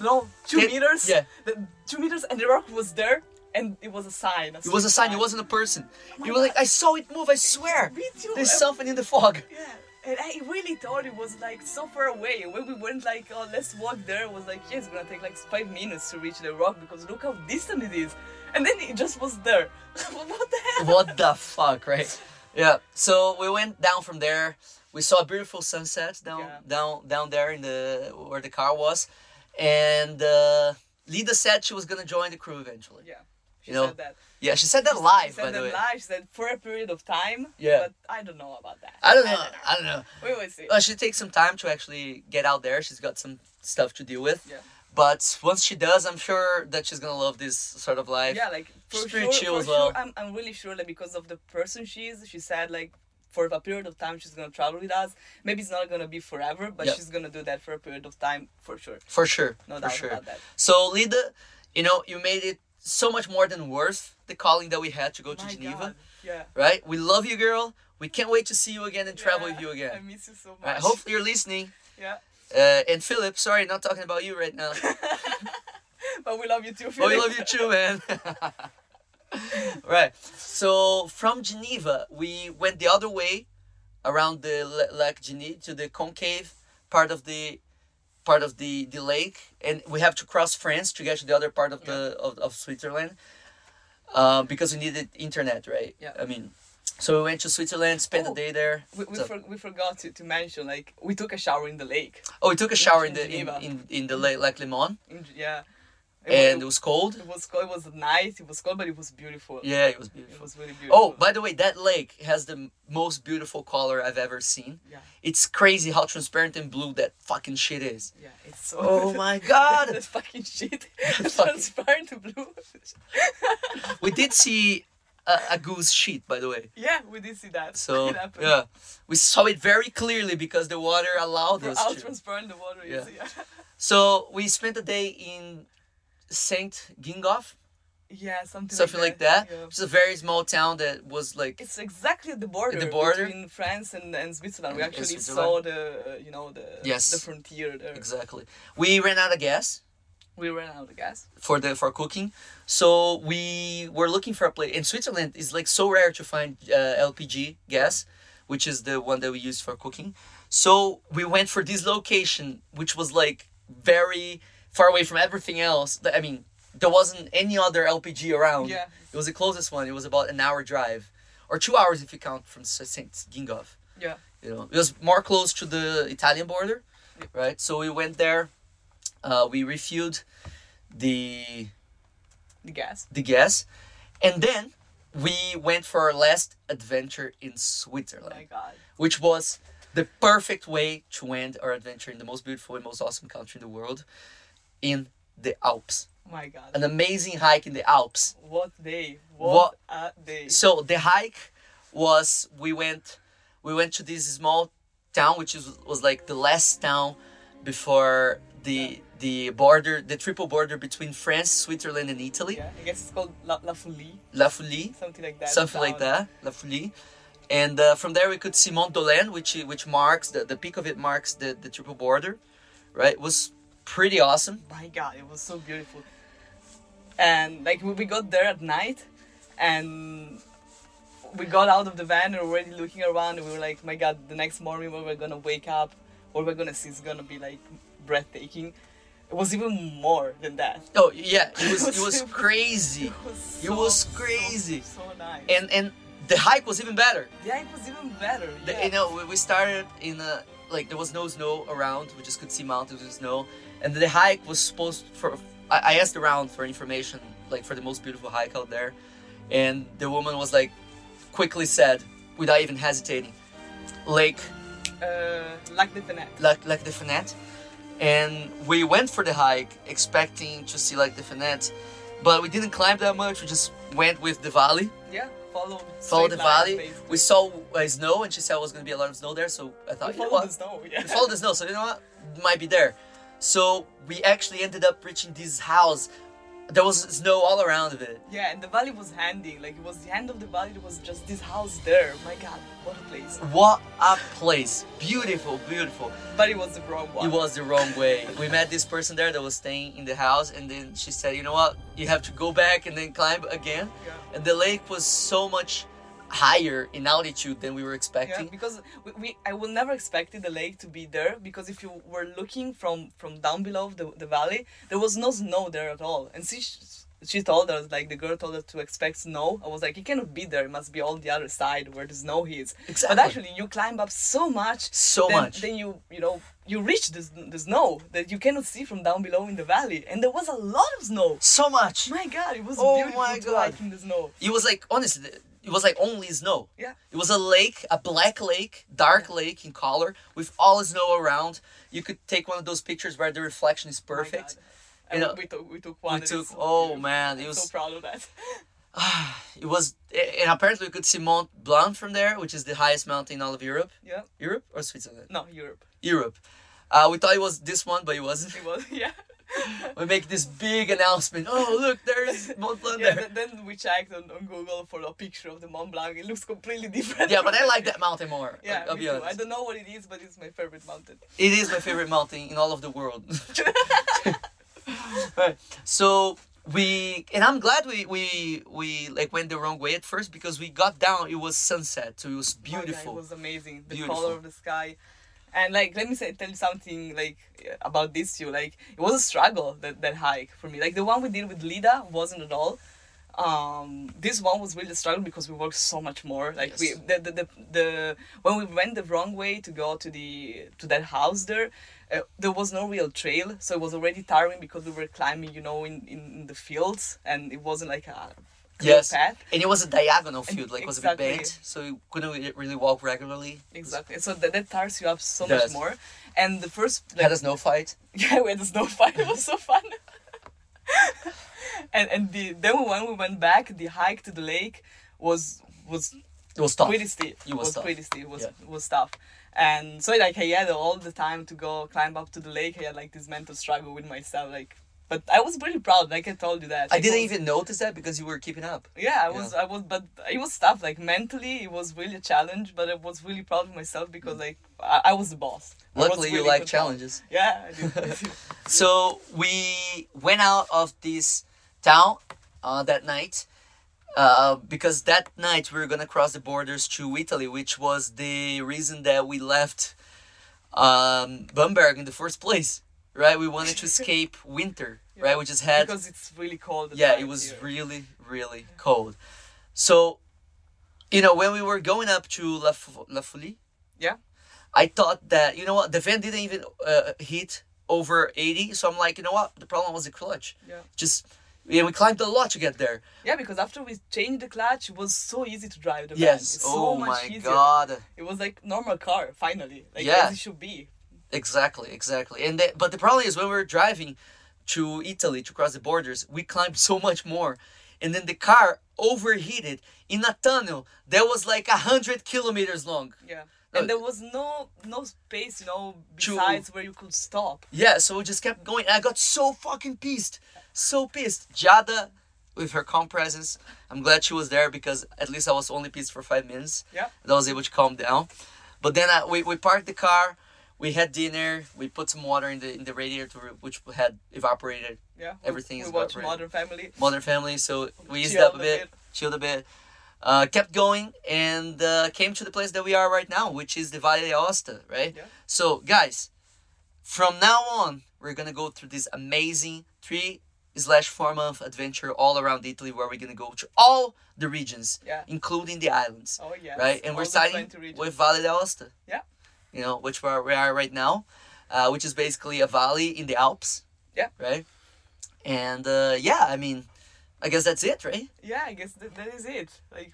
S2: no two
S1: Ten-
S2: meters.
S1: yeah.
S2: The, two meters and the rock was there and it was a sign.
S1: It was a sign, it wasn't a person.
S2: Oh
S1: You were like, I saw it move, I swear.
S2: Me too.
S1: There's
S2: I-
S1: something in the fog.
S2: Yeah. And I really thought it was like so far away. When we went like, oh, let's walk there, it was like, yeah, it's gonna take like five minutes to reach the rock because look how distant it is. And then it just was there. what the hell?
S1: what the fuck, right? Yeah. So we went down from there. We saw a beautiful sunset down
S2: Yeah.
S1: down down there in the where the car was, and uh, Lida said she was gonna join the crew eventually.
S2: Yeah. She
S1: You know,
S2: said that.
S1: Yeah, she said that
S2: She
S1: live,
S2: said
S1: by the
S2: that
S1: way.
S2: live. She said for a period of time.
S1: Yeah.
S2: But I don't know about that.
S1: I don't know. I don't know.
S2: We will see.
S1: Well, she takes some time to actually get out there. She's got some stuff to deal with.
S2: Yeah.
S1: But once she does, I'm sure that she's gonna love this sort of life.
S2: Yeah, like for
S1: She's pretty
S2: sure.
S1: chill
S2: for
S1: as well.
S2: sure I'm, I'm really sure that because of the person she is, she said like for a period of time she's gonna travel with us. Maybe it's not gonna be forever, but
S1: Yeah.
S2: she's gonna do that for a period of time for sure.
S1: For sure.
S2: No
S1: for
S2: doubt
S1: sure.
S2: about that.
S1: So Lida, you know, you made it so much more than worth the calling that we had to go to
S2: My
S1: Geneva.
S2: God, Yeah.
S1: right? We love you, girl. We can't wait to see you again and travel
S2: Yeah,
S1: with you
S2: I
S1: again.
S2: miss you so much.
S1: Right? Hopefully, you're listening.
S2: Yeah.
S1: Uh, and Philip, sorry, not talking about you right now.
S2: But we love you too.
S1: but we
S2: Felix.
S1: love you too, man. right. So from Geneva, we went the other way around the la- Lac Geneva to the concave part of the part of the, the lake, and we have to cross France to get to the other part of the of, of Switzerland. Um, because we needed internet, right?
S2: Yeah.
S1: I mean, so we went to Switzerland, spent
S2: Oh,
S1: a day there.
S2: We, we,
S1: So-
S2: for, we forgot to, to mention like we took a shower in the lake.
S1: Oh, we took a shower in
S2: in
S1: the in,
S2: Geneva.
S1: in, in the lake Lac Lemon,
S2: In, yeah. It
S1: and it
S2: was,
S1: was cold.
S2: it was cold. It was nice. It was cold, but it was beautiful.
S1: Yeah, it was
S2: It
S1: beautiful.
S2: was really beautiful.
S1: Oh, by the way, that lake has the m- most beautiful color I've ever seen.
S2: Yeah.
S1: It's crazy how transparent and blue that fucking shit is.
S2: Yeah, it's so.
S1: Oh my god!
S2: That's fucking shit.
S1: fucking-
S2: Transparent to blue.
S1: we did see a, a goose shit, by the way.
S2: yeah, we did see that.
S1: So
S2: It happened.
S1: yeah, we saw it very clearly because the water allowed
S2: For
S1: us
S2: how
S1: to.
S2: transparent the water is. Yeah.
S1: So we spent a day in Saint Gingolf,
S2: Yeah, something.
S1: something like that.
S2: Yeah.
S1: It's a very small town that was like
S2: It's exactly at the border,
S1: At the border?
S2: between France and, and Switzerland. We
S1: And- and
S2: actually saw
S1: Switzerland.
S2: the uh, you know the
S1: Yes.
S2: the frontier there.
S1: Exactly. We ran out of gas.
S2: We ran out of gas.
S1: for the for cooking. So we were looking for a place in Switzerland. It's like so rare to find uh, LPG gas, which is the one that we use for cooking. So we went for this location, which was like very far away from everything else. Th- I mean, there wasn't any other LPG around.
S2: Yeah.
S1: it was the closest one. It was about an hour drive, or two hours if you count from Saint Gingov
S2: Yeah.
S1: you know it was more close to the italian border right so we went there uh, we refueled the
S2: The gas.
S1: the gas and then we went for our last adventure in
S2: Oh my
S1: switzerland
S2: god.
S1: which was the perfect way to end our adventure in the most beautiful and most awesome country in the world in the alps
S2: Oh my god.
S1: an amazing hike in the alps
S2: What day?
S1: What-
S2: What, a day.
S1: so the hike was we went we went to this small town which is, was like the last town before the the border the triple border between france switzerland and italy
S2: Yeah, I guess it's called La, La Folie,
S1: la folie
S2: something like that.
S1: something like that la folie and uh, from there we could see mont dolan which which marks the, the peak of it marks the, the triple border right it was pretty awesome
S2: My god, it was so beautiful. And like we we got there at night, and we got out of the van and already looking around, and we were like, my god, the next morning when we're gonna wake up, what we're gonna see is gonna be like breathtaking. It was even more than that.
S1: oh yeah it was it was crazy
S2: It was,
S1: It
S2: so,
S1: was
S2: so,
S1: crazy.
S2: So, nice.
S1: and and the hike was even better
S2: yeah, it was even better.
S1: The,
S2: yeah.
S1: You know, we- we started in a like there was no snow around. We just could see mountains with snow, and the hike was supposed for. I, I asked around for information, like for the most beautiful hike out there, and the woman was like, quickly said, without even hesitating, Lake
S2: uh, like the Fennec.
S1: Lac Lac de Fenette, and we went for the hike expecting to see Lac de Fenette, but we didn't climb that much. We just went with the valley
S2: Yeah, follow.
S1: follow
S2: straight
S1: the
S2: lines,
S1: valley.
S2: basically.
S1: We saw uh, snow, and she said it was gonna be a lot of snow there. So I thought,
S2: We
S1: you know
S2: Uh, follow
S1: what?
S2: the snow. Yeah.
S1: We followed the snow, so you know what? Might be there. So we actually ended up reaching this house. There was snow all around of it.
S2: Yeah, and the valley was handy. Like it was the end of the valley. It was just this house there. My God, what a place!
S1: What a place! Beautiful, beautiful.
S2: But it was the wrong one.
S1: It was the wrong way. We met this person there that was staying in the house, and then she said, "You know what? You have to go back and then climb again."
S2: Yeah.
S1: And the lake was so much higher in altitude than we were
S2: Yeah,
S1: expecting.
S2: because we, we I will never expected the lake to be there because if you were looking from from down below the, the valley there was no snow there at all and she she told us like the girl told us to expect snow I was like it cannot be there it must be on the other side where the snow is
S1: Exactly.
S2: but actually you climb up so much
S1: So
S2: then,
S1: much.
S2: then you you know you reach the, s- the snow that you cannot see from down below in the valley and there was a lot of snow
S1: So much.
S2: My God, it was
S1: Oh
S2: beautiful
S1: my
S2: to
S1: God.
S2: hike in the snow.
S1: It was like honestly, it was like only snow.
S2: Yeah.
S1: It was a lake, a black lake, dark lake in color, with all snow around. You could take one of those pictures where the reflection is perfect. You
S2: And
S1: know,
S2: we took we took Oh one.
S1: we
S2: and
S1: took.
S2: it's so
S1: oh
S2: beautiful.
S1: man, it
S2: I'm
S1: was.
S2: so proud of that.
S1: it was. And apparently, we could see Mont Blanc from there, which is the highest mountain in all of Europe.
S2: Yeah.
S1: Europe or Switzerland?
S2: No, Europe.
S1: Europe. Uh, we thought it was this one, but it wasn't.
S2: It was yeah.
S1: We make this big announcement. Oh look, there is Mont Blanc
S2: yeah.
S1: there.
S2: th- then we checked on, on Google for a picture of the Mont Blanc. It looks completely different.
S1: yeah, but I like that mountain more.
S2: Yeah,
S1: I'll
S2: me
S1: be
S2: too.
S1: honest.
S2: I don't know what it is, but it's my favorite mountain.
S1: It is my favorite mountain in all of the world. right. So we and I'm glad we we we like went the wrong way at first because we got down. It was sunset, so it was
S2: Oh my God,
S1: beautiful.
S2: it was amazing. The
S1: Beautiful.
S2: color of the sky. And like, let me say, tell you something like about this too. Like, it was a struggle that, that hike for me. Like the one we did with Lida wasn't at all. Um, this one was really a struggle because we worked so much more. Like we,
S1: Yes.
S2: the, the, the, the when we went the wrong way to go to the to that house there, uh, there was no real trail, so it was already tiring because we were climbing, you know, in, in the fields, and it wasn't like a clear
S1: yes,
S2: path.
S1: and it was a diagonal field, like it was a bit
S2: Exactly.
S1: bent, so you couldn't re- really walk regularly.
S2: Exactly. So that, that tires you up so
S1: Yes.
S2: much more. And the first
S1: It Had a snow fight.
S2: yeah, we had a snow fight. It was so fun. and and the then when we went back, the hike to the lake was was
S1: It was tough.
S2: pretty steep.
S1: It was tough.
S2: pretty steep. Was
S1: Yeah.
S2: was tough. And so like I had all the time to go climb up to the lake. I had like this mental struggle with myself, like But I was really proud, like I told you that.
S1: I
S2: It
S1: didn't
S2: was-
S1: even notice that because you were keeping up.
S2: Yeah, I was, I was, but it was tough. Like mentally, it was really a challenge, but I was really proud of myself because like I, I was the boss. I was
S1: Luckily, you
S2: really
S1: like
S2: controlled.
S1: challenges.
S2: Yeah, I did.
S1: So we went out of this town uh, that night uh, because that night we were gonna cross the borders to Italy, which was the reason that we left um, Bamberg in the first place. Right, we wanted to escape winter. Right, we just had
S2: because it's really cold. at
S1: yeah, it
S2: night
S1: was
S2: here.
S1: really really cold. So, you know, when we were going up to La F- La Folie,
S2: yeah.
S1: I thought that you know what the van didn't even uh, hit over eighty, so I'm like, you know what, the problem was the clutch.
S2: Yeah.
S1: Just yeah, we climbed a lot to get there.
S2: Yeah, because after we changed the clutch, it was so easy to drive the van.
S1: Yes.
S2: It's
S1: oh
S2: so much
S1: my
S2: easier.
S1: god.
S2: It was like normal car finally, like
S1: Yeah.
S2: as it should be.
S1: Exactly, exactly. And the, but the problem is when we were driving to Italy to cross the borders, we climbed so much more, and then the car overheated in a tunnel that was like hundred kilometers long.
S2: Yeah.
S1: No,
S2: And there was no no space, you know,
S1: True.
S2: besides where you could stop.
S1: Yeah, so we just kept going. And I got so fucking pissed. So pissed. Jada, with her calm presence, I'm glad she was there because at least I was only pissed for five minutes.
S2: Yeah.
S1: And I was able to calm down. But then I, we, we parked the car, we had dinner, we put some water in the in the radiator, which had evaporated.
S2: Yeah. we-
S1: Everything
S2: we
S1: is
S2: watch
S1: evaporated.
S2: Modern Family.
S1: Modern Family, so we eased
S2: Chilled
S1: up a
S2: a
S1: bit,
S2: bit.
S1: chilled a bit. Uh, kept going and uh, came to the place that we are right now, which is the Valle d'Aosta, right?
S2: Yeah.
S1: So, guys, from now on, we're gonna go through this amazing three slash four month adventure all around Italy, where we're gonna go to all the regions,
S2: Yeah.
S1: including the islands,
S2: Oh yeah.
S1: right? And we're starting with Valle d'Aosta.
S2: Yeah.
S1: You know, which where we are right now, uh, which is basically a valley in the Alps.
S2: Yeah.
S1: Right. And uh, yeah, I mean, I guess that's it, right?
S2: Yeah, I guess that, that is it. Like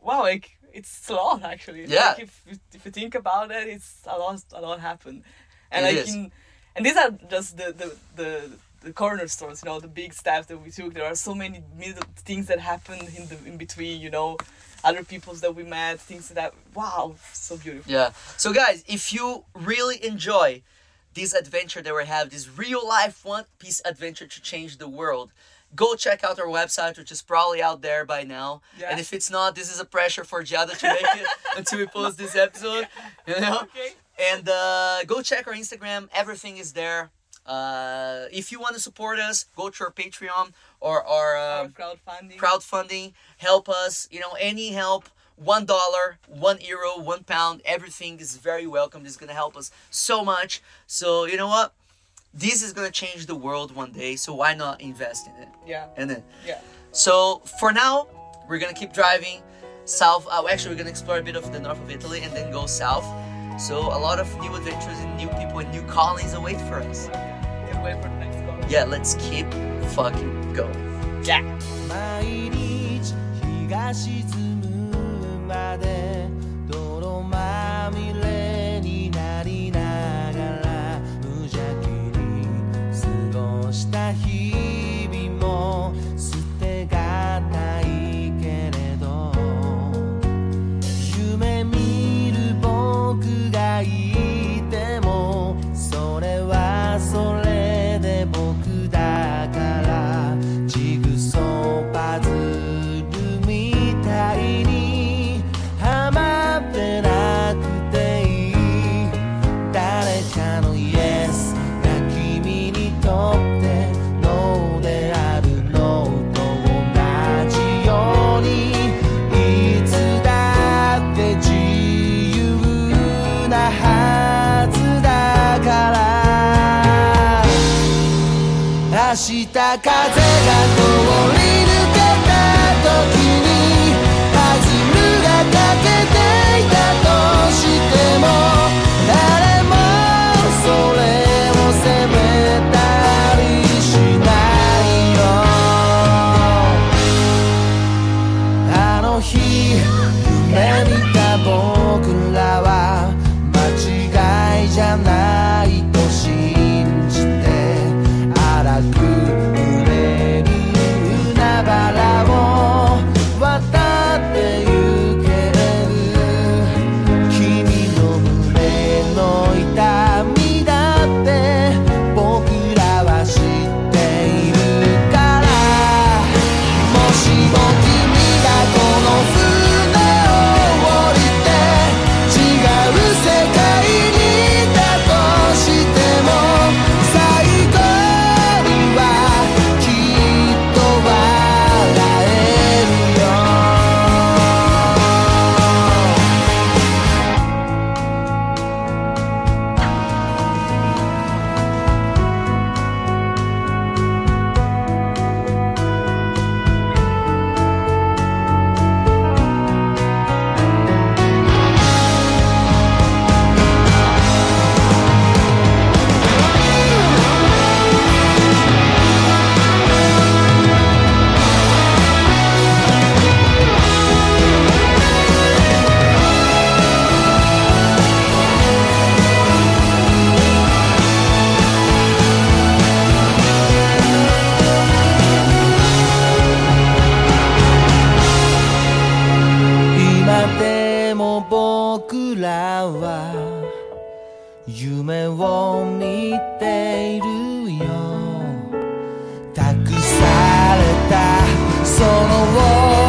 S2: wow, like it's a lot actually.
S1: Yeah.
S2: Like, if you- if you think about it, it's a lot a lot happened. And
S1: It
S2: like
S1: is.
S2: in and these are just the the, the the corner stores, you know, the big steps that we took. There are so many middle things that happened in the in between, you know, other peoples that we met, things that wow, so beautiful.
S1: Yeah. So guys, if you really enjoy this adventure that we have, this real life one piece adventure to change the world, go check out our website, which is probably out there by now.
S2: Yeah.
S1: And if it's not, this is a pressure for Giada to make it until we post this episode. You know?
S2: Okay.
S1: And uh, go check our Instagram. Everything is there. Uh, if you want to support us, go to our Patreon or our
S2: Our
S1: um,
S2: crowdfunding.
S1: crowdfunding. Help us. You know, any help. One dollar, one euro, one pound. Everything is very welcome. This is gonna help us so much. So you know what? This is gonna change the world one day. So why not invest in it?
S2: Yeah.
S1: And then.
S2: Yeah.
S1: So for now, we're gonna keep driving south. Uh, actually, we're gonna explore a bit of the north of Italy and then go south. So a lot of new adventures and new people and new colonies await for us.
S2: Can't wait for the next corner.
S1: Yeah, let's keep fucking going.
S2: じゃあ
S3: 毎日日が沈むまで泥まみれになりながら無邪気に過ごした日々も捨てがたいけれど夢見る僕がいてもそれはそれで僕だからジグソーパズルみたいにハマってなくていい誰かのイエスが君にとってノーであるノーと同じようにいつだって自由なはずだから明日風が通り抜けた時にパズルが欠けていたとしても誰もそれを責めたりしないよあの日夢見た僕らは間違いじゃないと信じて荒く触れる海原を渡ってゆける君の胸の痛みだって僕らは知っている僕らは夢を見ているよ託されたその